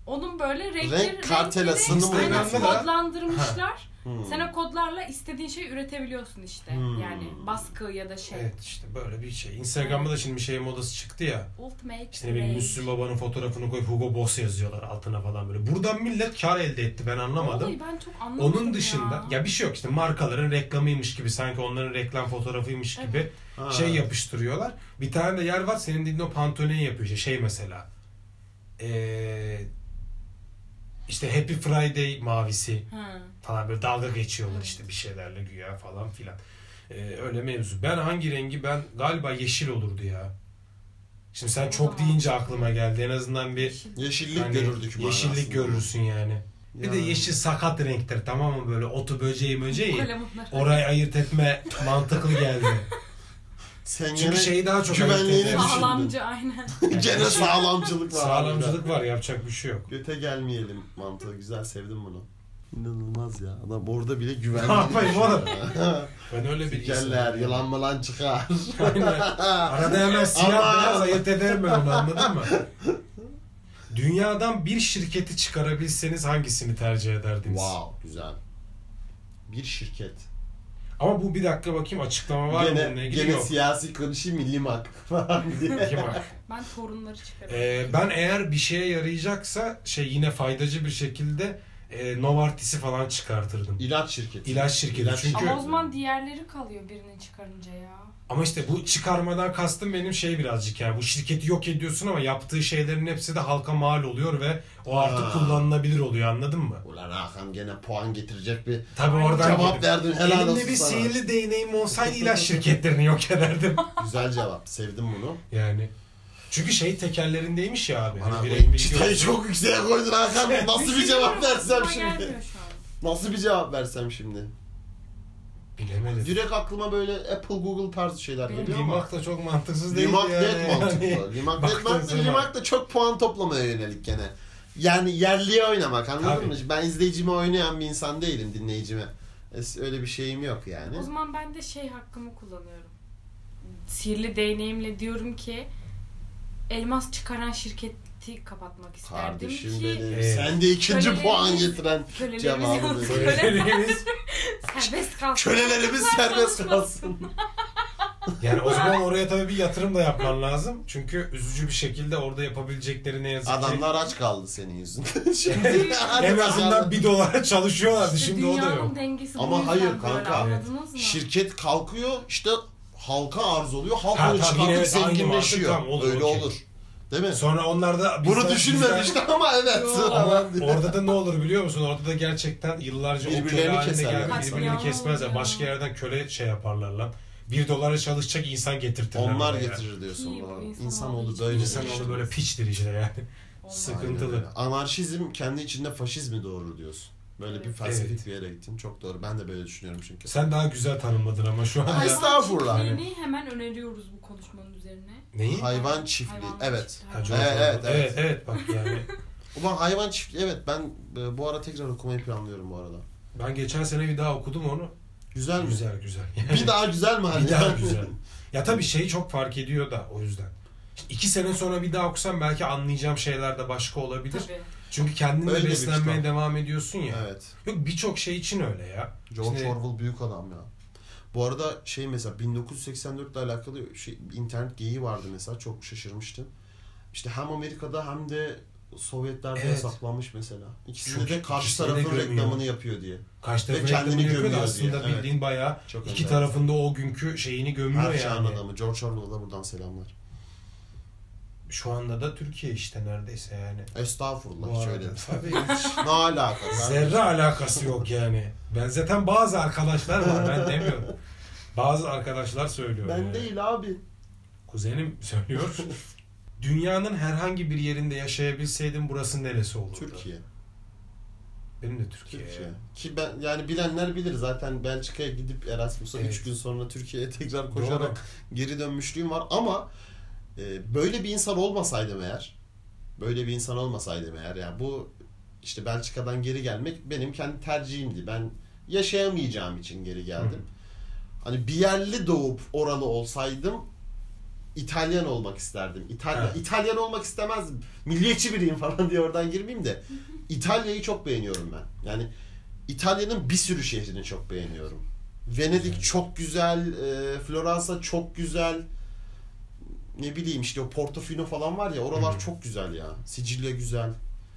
Speaker 3: Onun böyle renkli
Speaker 1: Renk kartelasını
Speaker 2: mı
Speaker 3: aynen
Speaker 2: yaptı da?
Speaker 3: kodlandırmışlar.
Speaker 1: Hmm.
Speaker 3: Sen o kodlarla istediğin şeyi üretebiliyorsun işte.
Speaker 1: Hmm.
Speaker 3: Yani baskı ya da şey.
Speaker 2: Evet işte böyle bir şey. Instagram'da da şimdi bir şey modası çıktı ya.
Speaker 3: Ultimate
Speaker 2: İşte ne bileyim
Speaker 3: Range.
Speaker 2: Müslüm Baba'nın fotoğrafını koyup Hugo Boss yazıyorlar altına falan böyle. Buradan millet kar elde etti ben anlamadım.
Speaker 3: Vallahi ben çok anlamadım
Speaker 2: Onun dışında ya. bir şey yok işte markaların reklamıymış gibi sanki onların reklam fotoğrafıymış
Speaker 3: Evet.
Speaker 2: gibi
Speaker 1: Ha.
Speaker 2: şey yapıştırıyorlar. Bir tane de yer var senin dediğin o Pantone yapıyor işte şey mesela. Ee, işte Happy Friday mavisi
Speaker 3: Hı.
Speaker 2: falan böyle dalga geçiyorlar işte bir şeylerle güya falan filan. Ee, öyle mevzu. Ben hangi rengi ben galiba yeşil olurdu ya. Şimdi sen çok deyince aklıma geldi. En azından bir
Speaker 1: Yeşillik
Speaker 2: hani
Speaker 1: görürdük manasında.
Speaker 2: yeşillik görürsün yani. Bir de
Speaker 1: Yani.
Speaker 2: yeşil sakat renktir tamam mı böyle otu böceği möceği.
Speaker 3: Kalem onları.
Speaker 2: Orayı ayırt etme mantıklı geldi.
Speaker 1: Sen
Speaker 2: Çünkü
Speaker 1: gene-
Speaker 2: şeyi daha çok
Speaker 1: güvenliğini
Speaker 2: ayırt edemem.
Speaker 3: Sağlamcı aynen.
Speaker 1: Gene sağlamcılık var.
Speaker 2: Sağlamcılık var yapacak bir şey yok.
Speaker 1: Göte gelmeyelim mantığı. Güzel sevdim bunu. İnanılmaz ya. Adam orada bile güvenli.
Speaker 2: Ne yapayım oğlum? Ben öyle bir
Speaker 1: Geller,
Speaker 2: insanım.
Speaker 1: yılan malan çıkar.
Speaker 2: Aynen. Arada hemen siyah
Speaker 1: Ama-
Speaker 2: beyaz ayırt ederim ben onu anladın mı? Dünyadan bir şirketi çıkarabilseniz hangisini tercih ederdiniz?
Speaker 1: wow, güzel. Bir şirket.
Speaker 2: Ama bu bir dakika bakayım açıklama var mı bununla
Speaker 1: gene
Speaker 2: ilgili?
Speaker 1: gene
Speaker 2: Yok.
Speaker 1: siyasi konuşayım milli mak falan diye.
Speaker 2: Bakayım bak.
Speaker 3: Ben torunları çıkarım.
Speaker 2: Ee, ben eğer bir şeye yarayacaksa şey yine faydacı bir şekilde e, Novartis'i falan çıkartırdım.
Speaker 1: İlaç şirketi.
Speaker 2: İlaç şirketi
Speaker 1: İlaç
Speaker 2: çünkü
Speaker 3: Ama
Speaker 1: şirketi.
Speaker 3: o zaman diğerleri kalıyor birinin çıkarınca ya.
Speaker 2: ama işte bu çıkarmadan kastım benim şey birazcık yani bu şirketi yok ediyorsun ama yaptığı şeylerin hepsi de halka mal oluyor ve o artık
Speaker 1: Ha.
Speaker 2: kullanılabilir oluyor anladın mı?
Speaker 1: Ulan Hakan gene puan getirecek bir
Speaker 2: Tabii oradan
Speaker 1: cevap
Speaker 2: girdim.
Speaker 1: verdin. Helal
Speaker 2: Elimde
Speaker 1: olsun
Speaker 2: bir
Speaker 1: sana.
Speaker 2: sihirli değneğim olsaydı ilaç şirketlerini yok ederdim.
Speaker 1: Güzel cevap. Sevdim bunu.
Speaker 2: Yani. Çünkü şey tekerlerindeymiş ya abi. Hani
Speaker 1: Bana
Speaker 2: bir renk
Speaker 1: bu çıtayı çok yükseğe koydun Hakan. Nasıl bir
Speaker 3: Düşünüyorum,
Speaker 1: cevap versem
Speaker 3: aklıma
Speaker 1: şimdi?
Speaker 3: gelmiyor şu an.
Speaker 1: Nasıl bir cevap versem şimdi?
Speaker 2: Bilemedim.
Speaker 1: Direkt aklıma böyle Apple, Google tarzı şeyler
Speaker 3: Benim
Speaker 1: geliyor ama.
Speaker 2: Limak da çok mantıksız değil
Speaker 1: Limak
Speaker 2: yani. Hani
Speaker 1: net mantıklı.
Speaker 2: Yani
Speaker 1: Limak net
Speaker 2: baktığın
Speaker 1: mantıklı.
Speaker 2: zaman-
Speaker 1: Limak da çok puan toplamaya yönelik gene. Yani yerliye oynamak anladın
Speaker 2: Tabii.
Speaker 1: mı? Ben izleyicime oynayan bir insan değilim dinleyicime. Es- Öyle bir şeyim yok yani.
Speaker 3: O zaman ben de şey hakkımı kullanıyorum. Sihirli değneğimle diyorum ki elmas çıkaran şirketi kapatmak isterdim
Speaker 1: Kardeşim
Speaker 3: ki
Speaker 1: benim.
Speaker 2: Evet.
Speaker 1: Sen de ikinci
Speaker 3: Kölelerimiz-
Speaker 1: puan getiren
Speaker 3: kölelerimiz
Speaker 1: cevabını.
Speaker 3: yalnız-
Speaker 1: veriyorum.
Speaker 2: Kölelerimiz-
Speaker 3: serbest kalsın.
Speaker 1: Kölelerimiz serbest kalsın.
Speaker 2: yani o zaman oraya tabii bir yatırım da yapman lazım. Çünkü üzücü bir şekilde orada yapabilecekleri ne yazık ki.
Speaker 1: Adamlar aç kaldı senin yüzünden. Şimdi
Speaker 2: en azından bir dolara çalışıyorlardı.
Speaker 3: İşte
Speaker 2: Şimdi o da
Speaker 3: dünyanın
Speaker 2: yok.
Speaker 3: dengesi bu
Speaker 1: Ama
Speaker 3: yüzden
Speaker 1: hayır
Speaker 3: böyle,
Speaker 1: kanka.
Speaker 3: Anladınız mı?
Speaker 1: Şirket kalkıyor işte halka arz oluyor. Halk
Speaker 2: Ha,
Speaker 1: onu
Speaker 2: tabii,
Speaker 1: çıkartıp
Speaker 2: evet,
Speaker 1: zenginleşiyor.
Speaker 2: aynı mantık, tamam, olur,
Speaker 1: Öyle
Speaker 2: okey.
Speaker 1: olur. Değil mi?
Speaker 2: Sonra onlar da bizden-
Speaker 1: Bunu düşünmemiştim
Speaker 2: bizden-
Speaker 1: ama evet.
Speaker 3: Yo.
Speaker 2: Ama orada da ne olur biliyor musun? Orada da gerçekten yıllarca o köle
Speaker 1: Birbirlerini
Speaker 2: haline
Speaker 1: keserler.
Speaker 2: geldi. Birbirini
Speaker 3: Ya,
Speaker 2: kesmezler.
Speaker 3: ya.
Speaker 2: Başka yerden köle şey yaparlar lan. Bir dolara çalışacak insan getirtirler.
Speaker 1: Onlar
Speaker 2: oraya.
Speaker 1: getirir diyorsun
Speaker 3: Ki
Speaker 1: bana.
Speaker 3: bu insan
Speaker 1: İnsanoğlu
Speaker 3: olduğu için
Speaker 1: böyle.
Speaker 2: İnsan onu böyle piçtir işte yani.
Speaker 3: Olmaz.
Speaker 2: Sıkıntılı.
Speaker 1: Aynen öyle. Anarşizm kendi içinde faşizmi doğurur diyorsun. Böyle bir
Speaker 3: Evet.
Speaker 1: felsefik
Speaker 2: Evet.
Speaker 1: bir yere gittin. Çok doğru. Ben de böyle düşünüyorum çünkü.
Speaker 2: Sen daha güzel tanımladın ama şu an.
Speaker 1: Ay,
Speaker 3: Hayvan
Speaker 1: Estağfurullah.
Speaker 3: çiftliğini hemen öneriyoruz bu konuşmanın üzerine.
Speaker 2: Neyi?
Speaker 1: Hayvan çiftliği.
Speaker 3: Hayvan
Speaker 1: Evet.
Speaker 3: çiftliği,
Speaker 2: Ha,
Speaker 3: hayvan
Speaker 2: coğrafya.
Speaker 1: Evet, evet, evet.
Speaker 2: evet, evet. Bak yani
Speaker 1: Ulan hayvan çiftliği evet ben e, bu ara tekrar okumayı planlıyorum bu arada.
Speaker 2: ben geçen sene bir daha okudum onu.
Speaker 1: Güzel mi?
Speaker 2: Güzel güzel.
Speaker 1: Bir daha güzel mi hani?
Speaker 2: Bir daha güzel. Ya tabii şey çok fark ediyor da o yüzden. İki sene sonra bir daha okusam belki anlayacağım şeyler de başka olabilir.
Speaker 3: Tabii.
Speaker 2: Çünkü kendinle
Speaker 1: Öyle bir
Speaker 2: beslenmeye
Speaker 1: kitap.
Speaker 2: devam ediyorsun ya.
Speaker 1: evet.
Speaker 2: Yok birçok şey için öyle ya.
Speaker 1: George
Speaker 2: İşte-
Speaker 1: Orwell büyük adam ya. Bu arada şey mesela 1984 ile alakalı şey, internet geyiği vardı mesela çok şaşırmıştım. İşte hem Amerika'da hem de Sovyetlerde
Speaker 2: Evet.
Speaker 1: yasaklanmış mesela. İkisinde
Speaker 2: Çok-
Speaker 1: de karşı
Speaker 2: ikisinde de
Speaker 1: tarafın
Speaker 2: görünüyor.
Speaker 1: reklamını yapıyor diye.
Speaker 2: Karşı
Speaker 1: Ve
Speaker 2: tarafı
Speaker 1: kendini
Speaker 2: kendini yapıyor da
Speaker 1: gömüyor
Speaker 2: aslında
Speaker 1: diye,
Speaker 2: bildiğin bayağı
Speaker 1: Çok
Speaker 2: iki
Speaker 1: önemli.
Speaker 2: tarafında o günkü şeyini gömüyor
Speaker 1: Her şey çağın
Speaker 2: yani.
Speaker 1: adamı. George Orwell'a da buradan selamlar.
Speaker 2: Şu anda da Türkiye işte neredeyse yani.
Speaker 1: Estağfurullah
Speaker 2: Bu
Speaker 1: hiç
Speaker 2: arada
Speaker 1: öyle.
Speaker 2: Tabii hiç
Speaker 1: ne alaka?
Speaker 2: zerre alakası yok yani. Benzeten bazı arkadaşlar var ben demiyorum. Bazı arkadaşlar söylüyor. yani.
Speaker 1: Ben değil abi.
Speaker 2: Kuzenim söylüyor. Dünyanın herhangi bir yerinde yaşayabilseydim burası neresi olurdu?
Speaker 1: Türkiye.
Speaker 2: Benim de Türkiye.
Speaker 1: Türkiye. Ki ben yani bilenler bilir zaten Belçika'ya gidip Erasmus'a
Speaker 2: Evet.
Speaker 1: 3 gün sonra Türkiye'ye tekrar
Speaker 2: Doğru.
Speaker 1: koşarak geri dönmüşlüğüm var ama e, böyle bir insan olmasaydım eğer böyle bir insan olmasaydım eğer yani bu işte Belçika'dan geri gelmek benim kendi tercihimdi. Ben yaşayamayacağım için geri geldim. Hani bir yerli doğup oralı olsaydım İtalyan olmak isterdim. İtalya,
Speaker 2: Evet.
Speaker 1: İtalyan olmak istemezdim. Milliyetçi biriyim falan diye oradan girmeyeyim de. İtalya'yı çok beğeniyorum ben. Yani İtalya'nın bir sürü şehrini çok beğeniyorum. Venedik çok güzel, e, Floransa çok güzel. Ne bileyim işte o Portofino falan var ya oralar
Speaker 2: Hı.
Speaker 1: çok güzel ya. Sicilya güzel.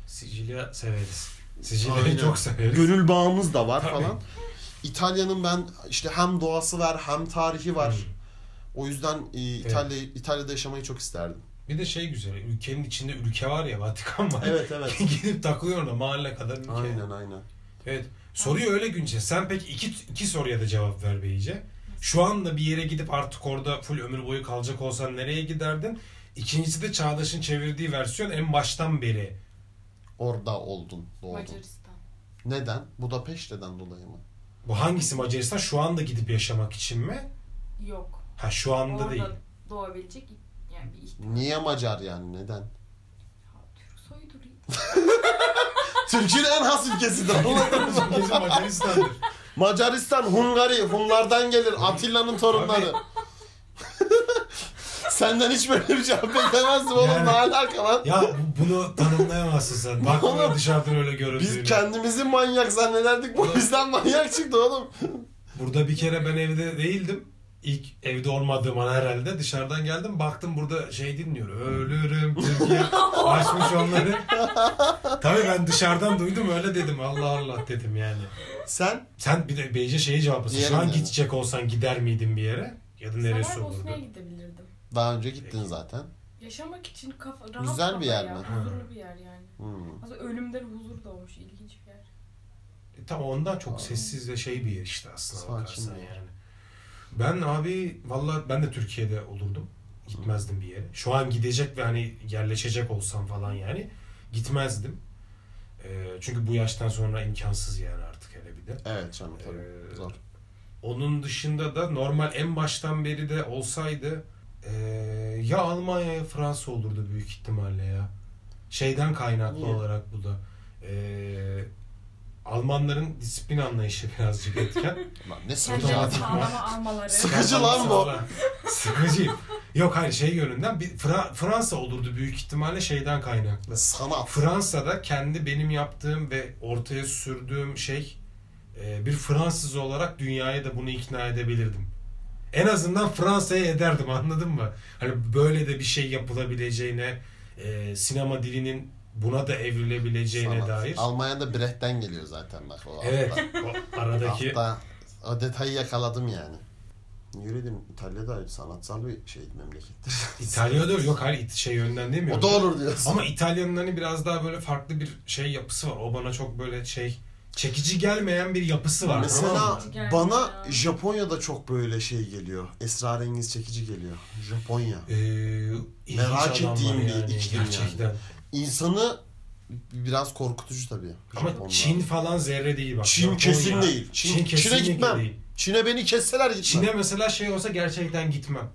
Speaker 2: Sicilya severiz. Sicilya'yı
Speaker 1: Aynen.
Speaker 2: çok severiz.
Speaker 1: Gönül bağımız da var
Speaker 2: Tabii.
Speaker 1: falan. İtalya'nın ben işte hem doğası var hem tarihi var.
Speaker 2: Hı. Hmm.
Speaker 1: O yüzden e, İtalya İtalya'da yaşamayı çok isterdim.
Speaker 2: Bir de şey güzel. Ülkenin içinde ülke var ya Vatikan var.
Speaker 1: Evet evet.
Speaker 2: Gidip takılıyor da mahalle kadar ülke.
Speaker 1: aynen aynen.
Speaker 2: Evet. Soruyu öyle günce. Sen peki iki, iki soruya da cevap ver Beyce. Şu anda bir yere gidip artık orada full ömür boyu kalacak olsan nereye giderdin? İkincisi de Çağdaş'ın çevirdiği versiyon en baştan beri.
Speaker 1: Orada oldun, doğdun.
Speaker 3: Macaristan.
Speaker 1: Neden? Budapeşte'den dolayı mı?
Speaker 2: Bu hangisi Macaristan? Şu anda gidip yaşamak için mi?
Speaker 3: Yok.
Speaker 2: Ha şu anda
Speaker 3: Orada
Speaker 2: değil.
Speaker 3: doğabilecek ilk- yani bir ilk
Speaker 1: Niye Macar yani? Neden?
Speaker 3: Ya, Türk soyudur.
Speaker 1: Türkiye'nin en has ülkesidir.
Speaker 2: Gezi Macaristan'dır.
Speaker 1: Macaristan, Hungari, Hunlardan gelir. Atilla'nın torunları. Senden hiç böyle bir cevap beklemezdim oğlum.
Speaker 2: Yani-
Speaker 1: Ne alaka lan?
Speaker 2: Ya bu- bunu tanımlayamazsın sen. Bakmıyor
Speaker 1: Oğlum,
Speaker 2: dışarıdan öyle göründüğüne.
Speaker 1: Biz kendimizi manyak zannederdik. Bu bizden manyak çıktı oğlum.
Speaker 2: Burada bir kere ben evde değildim. İlk evde olmadığım an herhalde dışarıdan geldim baktım burada şey dinliyor. Ölürüm Türkiye açmış onları. Tabii ben dışarıdan duydum öyle dedim Allah Allah dedim yani.
Speaker 1: Sen?
Speaker 2: Sen bir de Beyce şeyi cevaplasın. Şu
Speaker 1: Diğerini
Speaker 2: an
Speaker 1: de.
Speaker 2: gidecek olsan gider miydin bir yere? Ya da neresi
Speaker 3: Saray
Speaker 2: olurdu?
Speaker 3: Bosna'ya gidebilirdim.
Speaker 1: Daha önce gittin zaten.
Speaker 3: Yaşamak için kafa, rahat
Speaker 1: Güzel bir
Speaker 3: kafa
Speaker 1: yer
Speaker 3: ya,
Speaker 1: mi?
Speaker 3: Huzurlu bir yer yani.
Speaker 1: Hmm.
Speaker 3: Aslında ölümde huzur doğmuş ilginç bir yer.
Speaker 2: E, tam ondan çok
Speaker 1: Abi.
Speaker 2: sessiz ve şey bir yer işte aslında
Speaker 1: Sakin
Speaker 2: bakarsan
Speaker 1: bir yer.
Speaker 2: yani. Ben abi valla ben de Türkiye'de olurdum. Gitmezdim bir yere. Şu an gidecek ve hani yerleşecek olsam falan yani gitmezdim. Ee, çünkü bu yaştan sonra imkansız yani artık hele bir de.
Speaker 1: Evet canım tabii.
Speaker 2: Ee,
Speaker 1: Zor.
Speaker 2: Onun dışında da normal en baştan beri de olsaydı eee, ya Almanya ya Fransa olurdu büyük ihtimalle ya. Şeyden kaynaklı
Speaker 1: Niye?
Speaker 2: olarak bu da. Eee, Almanların disiplin anlayışı birazcık etken.
Speaker 1: Lan ne sıkıcı
Speaker 3: Kendilerini
Speaker 1: adam.
Speaker 3: sağlama almaları.
Speaker 1: Sıkıcı lan bu.
Speaker 2: Sıkıcı. Yok hayır şey yönünden bir Fra- Fransa olurdu büyük ihtimalle şeyden kaynaklı.
Speaker 1: Sanat.
Speaker 2: Fransa'da kendi benim yaptığım ve ortaya sürdüğüm şey e, bir Fransız olarak dünyaya da bunu ikna edebilirdim. En azından Fransa'ya ederdim anladın mı? Hani böyle de bir şey yapılabileceğine, e, sinema dilinin buna da evrilebileceğine
Speaker 1: Sanat.
Speaker 2: dair.
Speaker 1: Almanya'da Brecht'ten geliyor zaten bak. O
Speaker 2: Evet.
Speaker 1: hafta.
Speaker 2: O aradaki
Speaker 1: Hafta o detayı yakaladım yani. Yürüdüm İtalya'da sanatsal bir şey memlekettir.
Speaker 2: İtalya'da yok hayır şey yönden demiyorum.
Speaker 1: o da olur diyorsun.
Speaker 2: Ama İtalya'nın hani biraz daha böyle farklı bir şey yapısı var. O bana çok böyle şey çekici gelmeyen bir yapısı var. tamam
Speaker 1: Mesela
Speaker 2: mı?
Speaker 3: Gerçekten.
Speaker 1: bana Japonya'da çok böyle şey geliyor. Esrarengiz çekici geliyor. Japonya.
Speaker 2: Ee, ilginç
Speaker 1: Merak
Speaker 2: adamlar
Speaker 1: ettiğim bir
Speaker 2: yani,
Speaker 1: iklim yani.
Speaker 2: gerçekten.
Speaker 1: İnsanı biraz korkutucu tabii.
Speaker 2: Ama
Speaker 1: Japonlar.
Speaker 2: Çin falan zerre değil bak.
Speaker 1: Çin
Speaker 2: Japonya.
Speaker 1: kesin değil. Çin, Çin'e
Speaker 2: kesinlikle
Speaker 1: gitmem.
Speaker 2: değil.
Speaker 1: Çin'e beni kesseler gitmem.
Speaker 2: Çin'e mesela şey olsa gerçekten gitmem.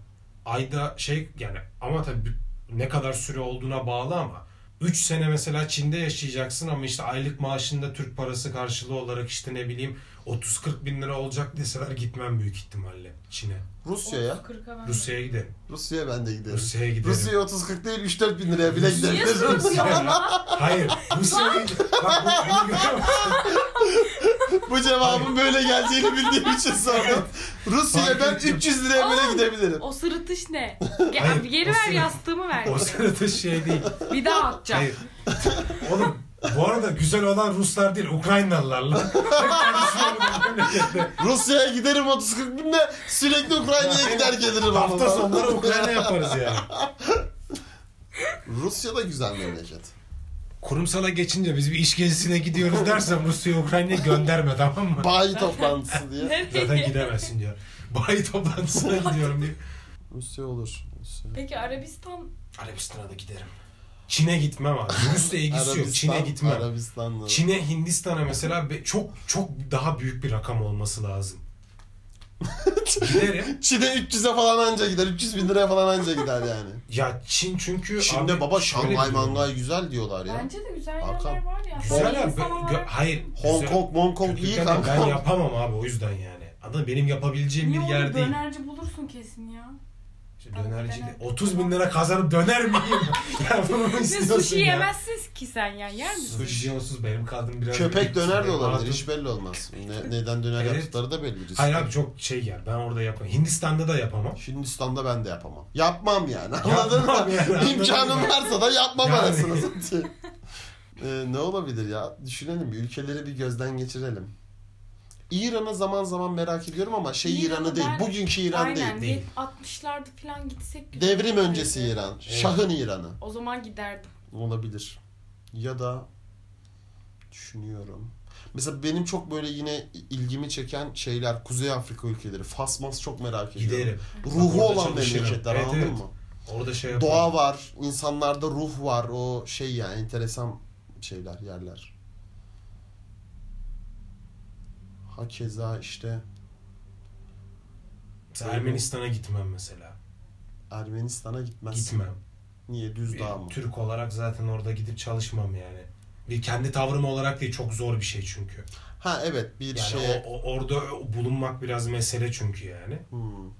Speaker 2: Ayda şey yani ama tabii ne kadar süre olduğuna bağlı ama 3 sene mesela Çin'de yaşayacaksın ama işte aylık maaşında Türk parası karşılığı olarak işte ne bileyim 30-40 bin lira olacak deseler gitmem büyük ihtimalle Çin'e.
Speaker 1: Rusya'ya.
Speaker 3: 30-40'a ben-
Speaker 2: Rusya'ya giderim.
Speaker 1: Rusya'ya ben de giderim.
Speaker 2: Rusya'ya giderim.
Speaker 1: Rusya'ya 30-40 değil 3-4 bin liraya bile
Speaker 2: Rusya-
Speaker 1: giderim.
Speaker 3: Niye soruyorsun ya?
Speaker 2: Hayır. Rusya'ya giderim. Bak bu hani görüyor musun?
Speaker 1: Bu cevabın böyle geleceğini bildiğim için sordum. Rusya'ya
Speaker 2: Fark
Speaker 1: ben
Speaker 2: ettim.
Speaker 1: 300 liraya bile
Speaker 3: Oğlum.
Speaker 1: gidebilirim.
Speaker 3: O sırıtış ne?
Speaker 2: Hayır,
Speaker 3: Gel, geri
Speaker 2: o
Speaker 3: ver
Speaker 2: sırıt-
Speaker 3: yastığımı ver.
Speaker 2: O sırada şey değil.
Speaker 3: Bir daha atacağım.
Speaker 2: Hayır. Oğlum bu arada güzel olan Ruslar değil Ukraynalılar lan.
Speaker 1: Rusya'ya giderim 30-40 binle sürekli Ukrayna'ya gider gelirim.
Speaker 2: Hafta
Speaker 1: ama.
Speaker 2: sonları Ukrayna yaparız yani.
Speaker 1: Rusya da güzel memleket.
Speaker 2: Kurumsala geçince biz bir iş gezisine gidiyoruz dersen Rusya'ya Ukrayna'ya gönderme tamam mı?
Speaker 1: Bayi toplantısı diye.
Speaker 3: Nereye?
Speaker 2: Zaten gidemezsin diyor. Bayi toplantısına gidiyorum diye.
Speaker 1: Rusya olur. Rusya.
Speaker 3: Peki Arabistan
Speaker 2: Arabistan'a da giderim. Çin'e gitmem abi. Rus'la ilgisi yok.
Speaker 1: Arabistan,
Speaker 2: Çin'e gitmem.
Speaker 1: Arabistan'da.
Speaker 2: Çin'e Hindistan'a mesela be- çok çok daha büyük bir rakam olması lazım. Giderim.
Speaker 1: Çin'e 300'e falan anca gider. 300 bin liraya falan anca gider yani.
Speaker 2: Ya Çin çünkü...
Speaker 1: Çin'de
Speaker 2: abi
Speaker 1: baba
Speaker 2: şöyle
Speaker 1: Şangay
Speaker 2: bir-
Speaker 1: Mangay güzel diyorlar ya.
Speaker 3: bence de güzel
Speaker 1: Hakan.
Speaker 3: yerler var ya.
Speaker 2: Güzel abi.
Speaker 3: Havalı insanlar
Speaker 2: Gö-
Speaker 3: var.
Speaker 2: hayır.
Speaker 1: Hong
Speaker 2: güzel.
Speaker 1: Kong, Hong Kong iyi
Speaker 2: Kötülükten de Ben
Speaker 1: kanka.
Speaker 2: yapamam abi o yüzden yani. Adam benim yapabileceğim
Speaker 3: Niye
Speaker 2: şey bir
Speaker 3: onu
Speaker 2: yer değil.
Speaker 3: dönerci bulursun kesin ya.
Speaker 2: İşte
Speaker 3: Tamam,
Speaker 2: dönerci
Speaker 3: döner.
Speaker 2: 30 bin lira kazanıp döner miyim? ya bunu mu
Speaker 3: Ne
Speaker 2: istiyorsun
Speaker 3: sushi
Speaker 2: ya?
Speaker 3: yemezsiniz ki sen ya yer misin?
Speaker 2: Sushi yonsuz benim kaldım biraz.
Speaker 1: Köpek döner de
Speaker 2: Benim
Speaker 1: olabilir.
Speaker 2: kaldım-
Speaker 1: Hiç belli olmaz. Ne- neden döner
Speaker 2: Evet.
Speaker 1: yaptıkları da belli.
Speaker 2: Hayır abi çok şey yer. Ben orada yapamam. Hindistan'da da yapamam.
Speaker 1: Hindistan'da ben de yapamam. Yapmam yani. Anladın mı?
Speaker 2: yani, anladın
Speaker 1: İmkanım
Speaker 2: mı?
Speaker 1: varsa da yapmam
Speaker 2: Yani.
Speaker 1: arasını satayım. Ee, ne olabilir ya? Düşünelim. Ülkeleri bir gözden geçirelim. İran'a zaman zaman merak ediyorum ama şey İran'ı,
Speaker 3: İran'ı
Speaker 1: değil.
Speaker 3: ben-
Speaker 1: Bugünkü İran
Speaker 3: Aynen
Speaker 1: değil.
Speaker 2: değil.
Speaker 3: yet- 60'larda falan gitsek güzel
Speaker 1: Devrim
Speaker 3: olurdu.
Speaker 1: öncesi İran. Şah'ın İran'ı.
Speaker 3: O zaman giderdim.
Speaker 1: Olabilir. Ya da düşünüyorum. Mesela benim çok böyle yine ilgimi çeken şeyler Kuzey Afrika ülkeleri. Fas mas çok merak ediyorum.
Speaker 2: Giderim.
Speaker 1: Ruhu
Speaker 2: Orada
Speaker 1: olan
Speaker 2: çalışırım.
Speaker 1: memleketler
Speaker 2: Evet,
Speaker 1: anladın
Speaker 2: evet.
Speaker 1: mı?
Speaker 2: Orada şey yaparım.
Speaker 1: Doğa var, insanlarda ruh var. O şey yani enteresan şeyler, yerler. Hakeza işte
Speaker 2: Mesela Ermenistan'a gitmem mesela.
Speaker 1: Ermenistan'a gitmezsin.
Speaker 2: Gitmem.
Speaker 1: Niye? Düz dağ mı?
Speaker 2: Türk olarak zaten orada gidip çalışmam yani. Bir kendi tavrım olarak değil çok zor bir şey çünkü.
Speaker 1: Ha evet bir şey-
Speaker 2: Yani
Speaker 1: şeye...
Speaker 2: o, o- orada bulunmak biraz mesele çünkü yani.
Speaker 1: Hmm.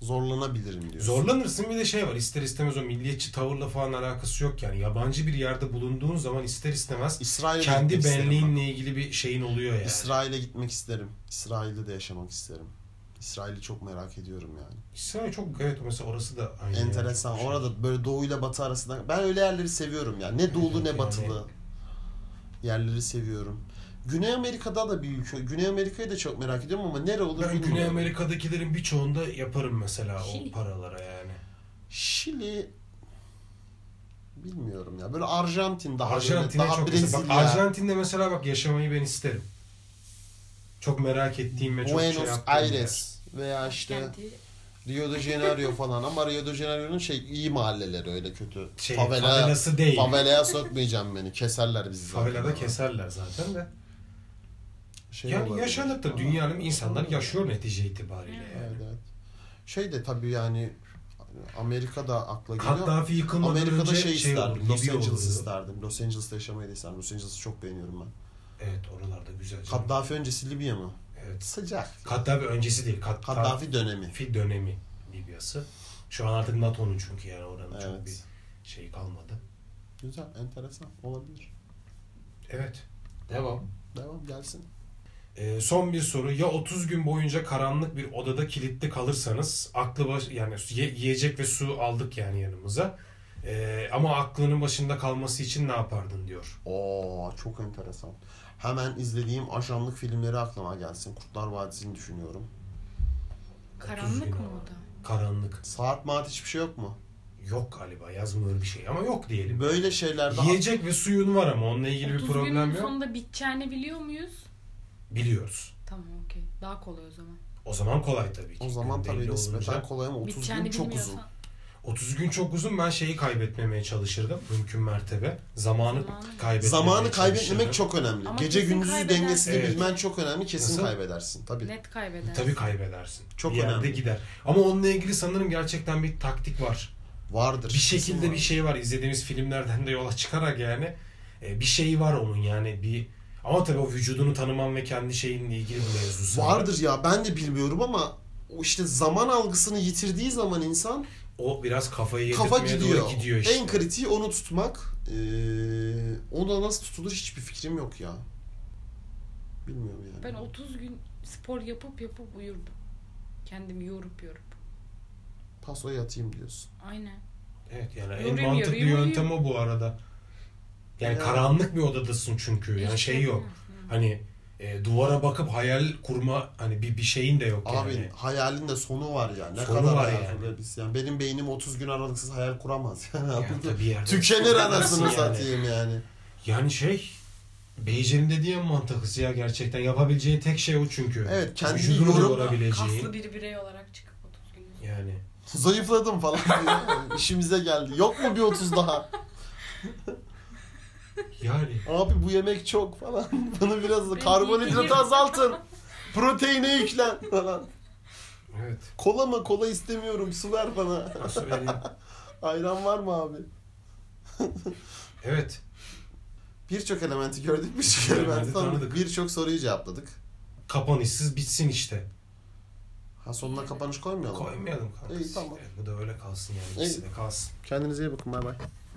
Speaker 1: Zorlanabilirim diyorsun.
Speaker 2: Zorlanırsın bir de şey var ister istemez o milliyetçi tavırla falan alakası yok yani. Yabancı bir yerde bulunduğun zaman ister istemez
Speaker 1: İsrail'e
Speaker 2: kendi
Speaker 1: gitmek isterim
Speaker 2: benliğinle ilgili bir şeyin oluyor
Speaker 1: ben.
Speaker 2: yani.
Speaker 1: İsrail'e gitmek isterim. İsrail'de de yaşamak isterim. İsrail'i çok merak ediyorum yani.
Speaker 2: İsrail çok evet mesela orası da aynı. yani.
Speaker 1: Enteresan.
Speaker 2: Çok şey.
Speaker 1: Orada böyle doğu ile batı arasında. Ben öyle yerleri seviyorum ya. Ne doğulu ne
Speaker 2: Yani-
Speaker 1: batılı. Yerleri seviyorum. Güney Amerika'da da bir ülke. Güney Amerika'yı da çok merak ediyorum ama nere olur
Speaker 2: Ben
Speaker 1: bilmiyorum.
Speaker 2: Güney Amerika'dakilerin birçoğunda yaparım mesela
Speaker 3: Şili.
Speaker 2: o paralara yani.
Speaker 1: Şili bilmiyorum ya. Böyle Arjantin daha
Speaker 2: Arjantin'e
Speaker 1: böyle, daha
Speaker 2: çok
Speaker 1: Brezilya.
Speaker 2: güzel. Bak Arjantin'de mesela bak yaşamayı ben isterim. Çok merak ettiğim ve çok şey
Speaker 1: Buenos
Speaker 2: yaptığım bir yer.
Speaker 1: Aires veya işte
Speaker 3: Kendi
Speaker 1: Rio de Janeiro falan ama Rio de Janeiro'nun şey iyi mahalleleri öyle kötü.
Speaker 2: Şey,
Speaker 1: Favela-
Speaker 2: favelası değil.
Speaker 1: Favelaya sokmayacağım beni. Keserler bizi. zaten.
Speaker 2: Favelada keserler zaten de.
Speaker 1: Şey
Speaker 2: Yani
Speaker 1: olabilir.
Speaker 2: yaşanıp da dünyanın insanlar yaşıyor netice itibariyle
Speaker 1: Evet,
Speaker 2: yani.
Speaker 1: evet. Şey de tabii yani Amerika'da akla geliyor.
Speaker 2: Kaddafi yıkılmadan
Speaker 1: Amerika'da
Speaker 2: önce
Speaker 1: şey isterdim.
Speaker 2: oldu,
Speaker 1: Los
Speaker 2: Libya
Speaker 1: Angeles
Speaker 2: oluyor.
Speaker 1: isterdim. Los Angeles'ta yaşamayı da isterdim. Los Angeles'ı çok beğeniyorum ben.
Speaker 2: Evet oralarda güzel. canım.
Speaker 1: Kaddafi öncesi Libya mı?
Speaker 2: Evet.
Speaker 1: Sıcak.
Speaker 2: Kaddafi öncesi değil. Kaddafi
Speaker 1: Kaddafi dönemi.
Speaker 2: dönemi Libya'sı. Şu an artık NATO'nun çünkü yani oranın çok
Speaker 1: Evet.
Speaker 2: bir şey kalmadı.
Speaker 1: Güzel, enteresan olabilir.
Speaker 2: Evet. Devam.
Speaker 1: Devam gelsin.
Speaker 2: Ee, son bir soru. Ya 30 gün boyunca karanlık bir odada kilitli kalırsanız aklı baş yani ye- yiyecek ve su aldık yani yanımıza. Ee, ama aklının başında kalması için ne yapardın diyor.
Speaker 1: Oo çok enteresan. Hemen izlediğim ajanlık filmleri aklıma gelsin. Kurtlar Vadisi'ni düşünüyorum.
Speaker 3: Karanlık
Speaker 2: gün
Speaker 3: mı
Speaker 2: ama.
Speaker 3: o da?
Speaker 2: Karanlık.
Speaker 1: Saat maat hiçbir şey yok mu?
Speaker 2: Yok galiba yazmıyor bir şey ama yok diyelim.
Speaker 1: Böyle şeylerde
Speaker 2: Yiyecek ve suyun var ama onunla ilgili bir
Speaker 3: 30 günün
Speaker 2: problem yok.
Speaker 3: sonunda biteceğini biliyor muyuz?
Speaker 2: Biliyoruz.
Speaker 3: Tamam okey. Daha kolay o zaman.
Speaker 2: O zaman kolay tabii ki.
Speaker 1: o zaman
Speaker 2: Gün
Speaker 1: tabii
Speaker 2: belli
Speaker 1: nispeten
Speaker 2: olunca.
Speaker 1: kolay ama 30 gün
Speaker 3: Biteceğini
Speaker 1: çok uzun.
Speaker 3: bilmiyorsan.
Speaker 2: 30 gün çok uzun. Ben şeyi kaybetmemeye çalışırdım mümkün mertebe. Zamanı
Speaker 3: Zamanı-
Speaker 2: kaybetmemeye
Speaker 1: Zamanı
Speaker 2: çalışırdım.
Speaker 1: kaybetmemek çok önemli.
Speaker 3: Ama
Speaker 1: Gece
Speaker 3: kesin
Speaker 1: gündüz
Speaker 3: kaybedersin.
Speaker 1: dengesini
Speaker 2: Evet.
Speaker 1: bilmen çok önemli. Kesin
Speaker 2: Nasıl?
Speaker 1: kaybedersin tabii.
Speaker 3: Net kaybeder.
Speaker 2: Tabii kaybedersin.
Speaker 1: Çok
Speaker 2: bir yerde
Speaker 1: önemli.
Speaker 2: gider. Ama onunla ilgili sanırım gerçekten bir taktik var.
Speaker 1: Vardır.
Speaker 2: Bir
Speaker 1: kesin
Speaker 2: şekilde bir
Speaker 1: vardır.
Speaker 2: şey var. İzlediğimiz filmlerden de yola çıkarak yani e, bir şey var onun yani bir ama tabii o vücudunu tanımam ve kendi şeyinle ilgili bir mevzu. sanırım.
Speaker 1: Vardır ya ben de bilmiyorum ama o işte zaman algısını yitirdiği zaman insan
Speaker 2: O biraz kafayı yedirtmeye
Speaker 1: kafa gidiyor.
Speaker 2: doğru gidiyor işte.
Speaker 1: En kritiği onu tutmak. Ee, onu da nasıl tutulur hiçbir fikrim yok ya. Bilmiyorum yani.
Speaker 3: Ben 30 gün spor yapıp yapıp uyurdum. Kendimi yorup yorup.
Speaker 1: Pasoya yatayım diyorsun.
Speaker 3: Aynen.
Speaker 2: Evet yani en
Speaker 3: Yorayım,
Speaker 2: mantıklı
Speaker 3: yorayım,
Speaker 2: yöntem o bu arada. Yani
Speaker 1: Ya.
Speaker 2: karanlık bir odadasın çünkü. Yani
Speaker 3: Hiç
Speaker 2: şey yok.
Speaker 3: yapamazsın.
Speaker 2: Hani e, duvara bakıp hayal kurma hani bir bir şeyin de yok
Speaker 1: Abi
Speaker 2: yani.
Speaker 1: hayalin de sonu var ya. Ne
Speaker 2: Sonu
Speaker 1: kadar
Speaker 2: var
Speaker 1: hayal
Speaker 2: yani.
Speaker 1: kurabilirsin? yani. Benim beynim 30 gün aralıksız hayal kuramaz. Yani
Speaker 2: Yani tabii bir yerde-
Speaker 1: Tükenir anasını
Speaker 2: Yani.
Speaker 1: satayım yani.
Speaker 2: Yani şey Beyce'nin dediği en mantıklısı ya gerçekten. Yapabileceği tek şey o çünkü.
Speaker 1: Evet, kendi
Speaker 2: Vücudunu
Speaker 1: yorum-
Speaker 2: yorabileceği.
Speaker 3: Kaslı bir birey olarak çıkıp 30 gün.
Speaker 2: Yani.
Speaker 1: Zayıfladım falan diyor. İşimize geldi. Yok mu bir 30 daha?
Speaker 2: Yani.
Speaker 1: Abi bu yemek çok falan. Bunu biraz da
Speaker 3: Ben
Speaker 1: karbonhidratı
Speaker 3: yiyeyim.
Speaker 1: azaltın. Proteine yüklen falan.
Speaker 2: Evet.
Speaker 1: Kola mı? Kola istemiyorum. Su ver bana.
Speaker 2: Nasıl öyle?
Speaker 1: Ayran var mı abi?
Speaker 2: evet.
Speaker 1: Birçok elementi gördük, birçok
Speaker 2: Elementi
Speaker 1: elementi tanıdık.
Speaker 2: tanıdık.
Speaker 1: Birçok soruyu cevapladık.
Speaker 2: Kapanışsız bitsin işte.
Speaker 1: Ha sonuna kapanış koymayalım. mı?
Speaker 2: Koymayalım kardeşim.
Speaker 1: İyi, tamam.
Speaker 2: Evet, bu da öyle kalsın yani. İkisi de kalsın.
Speaker 1: Kendinize iyi bakın. Bay bay.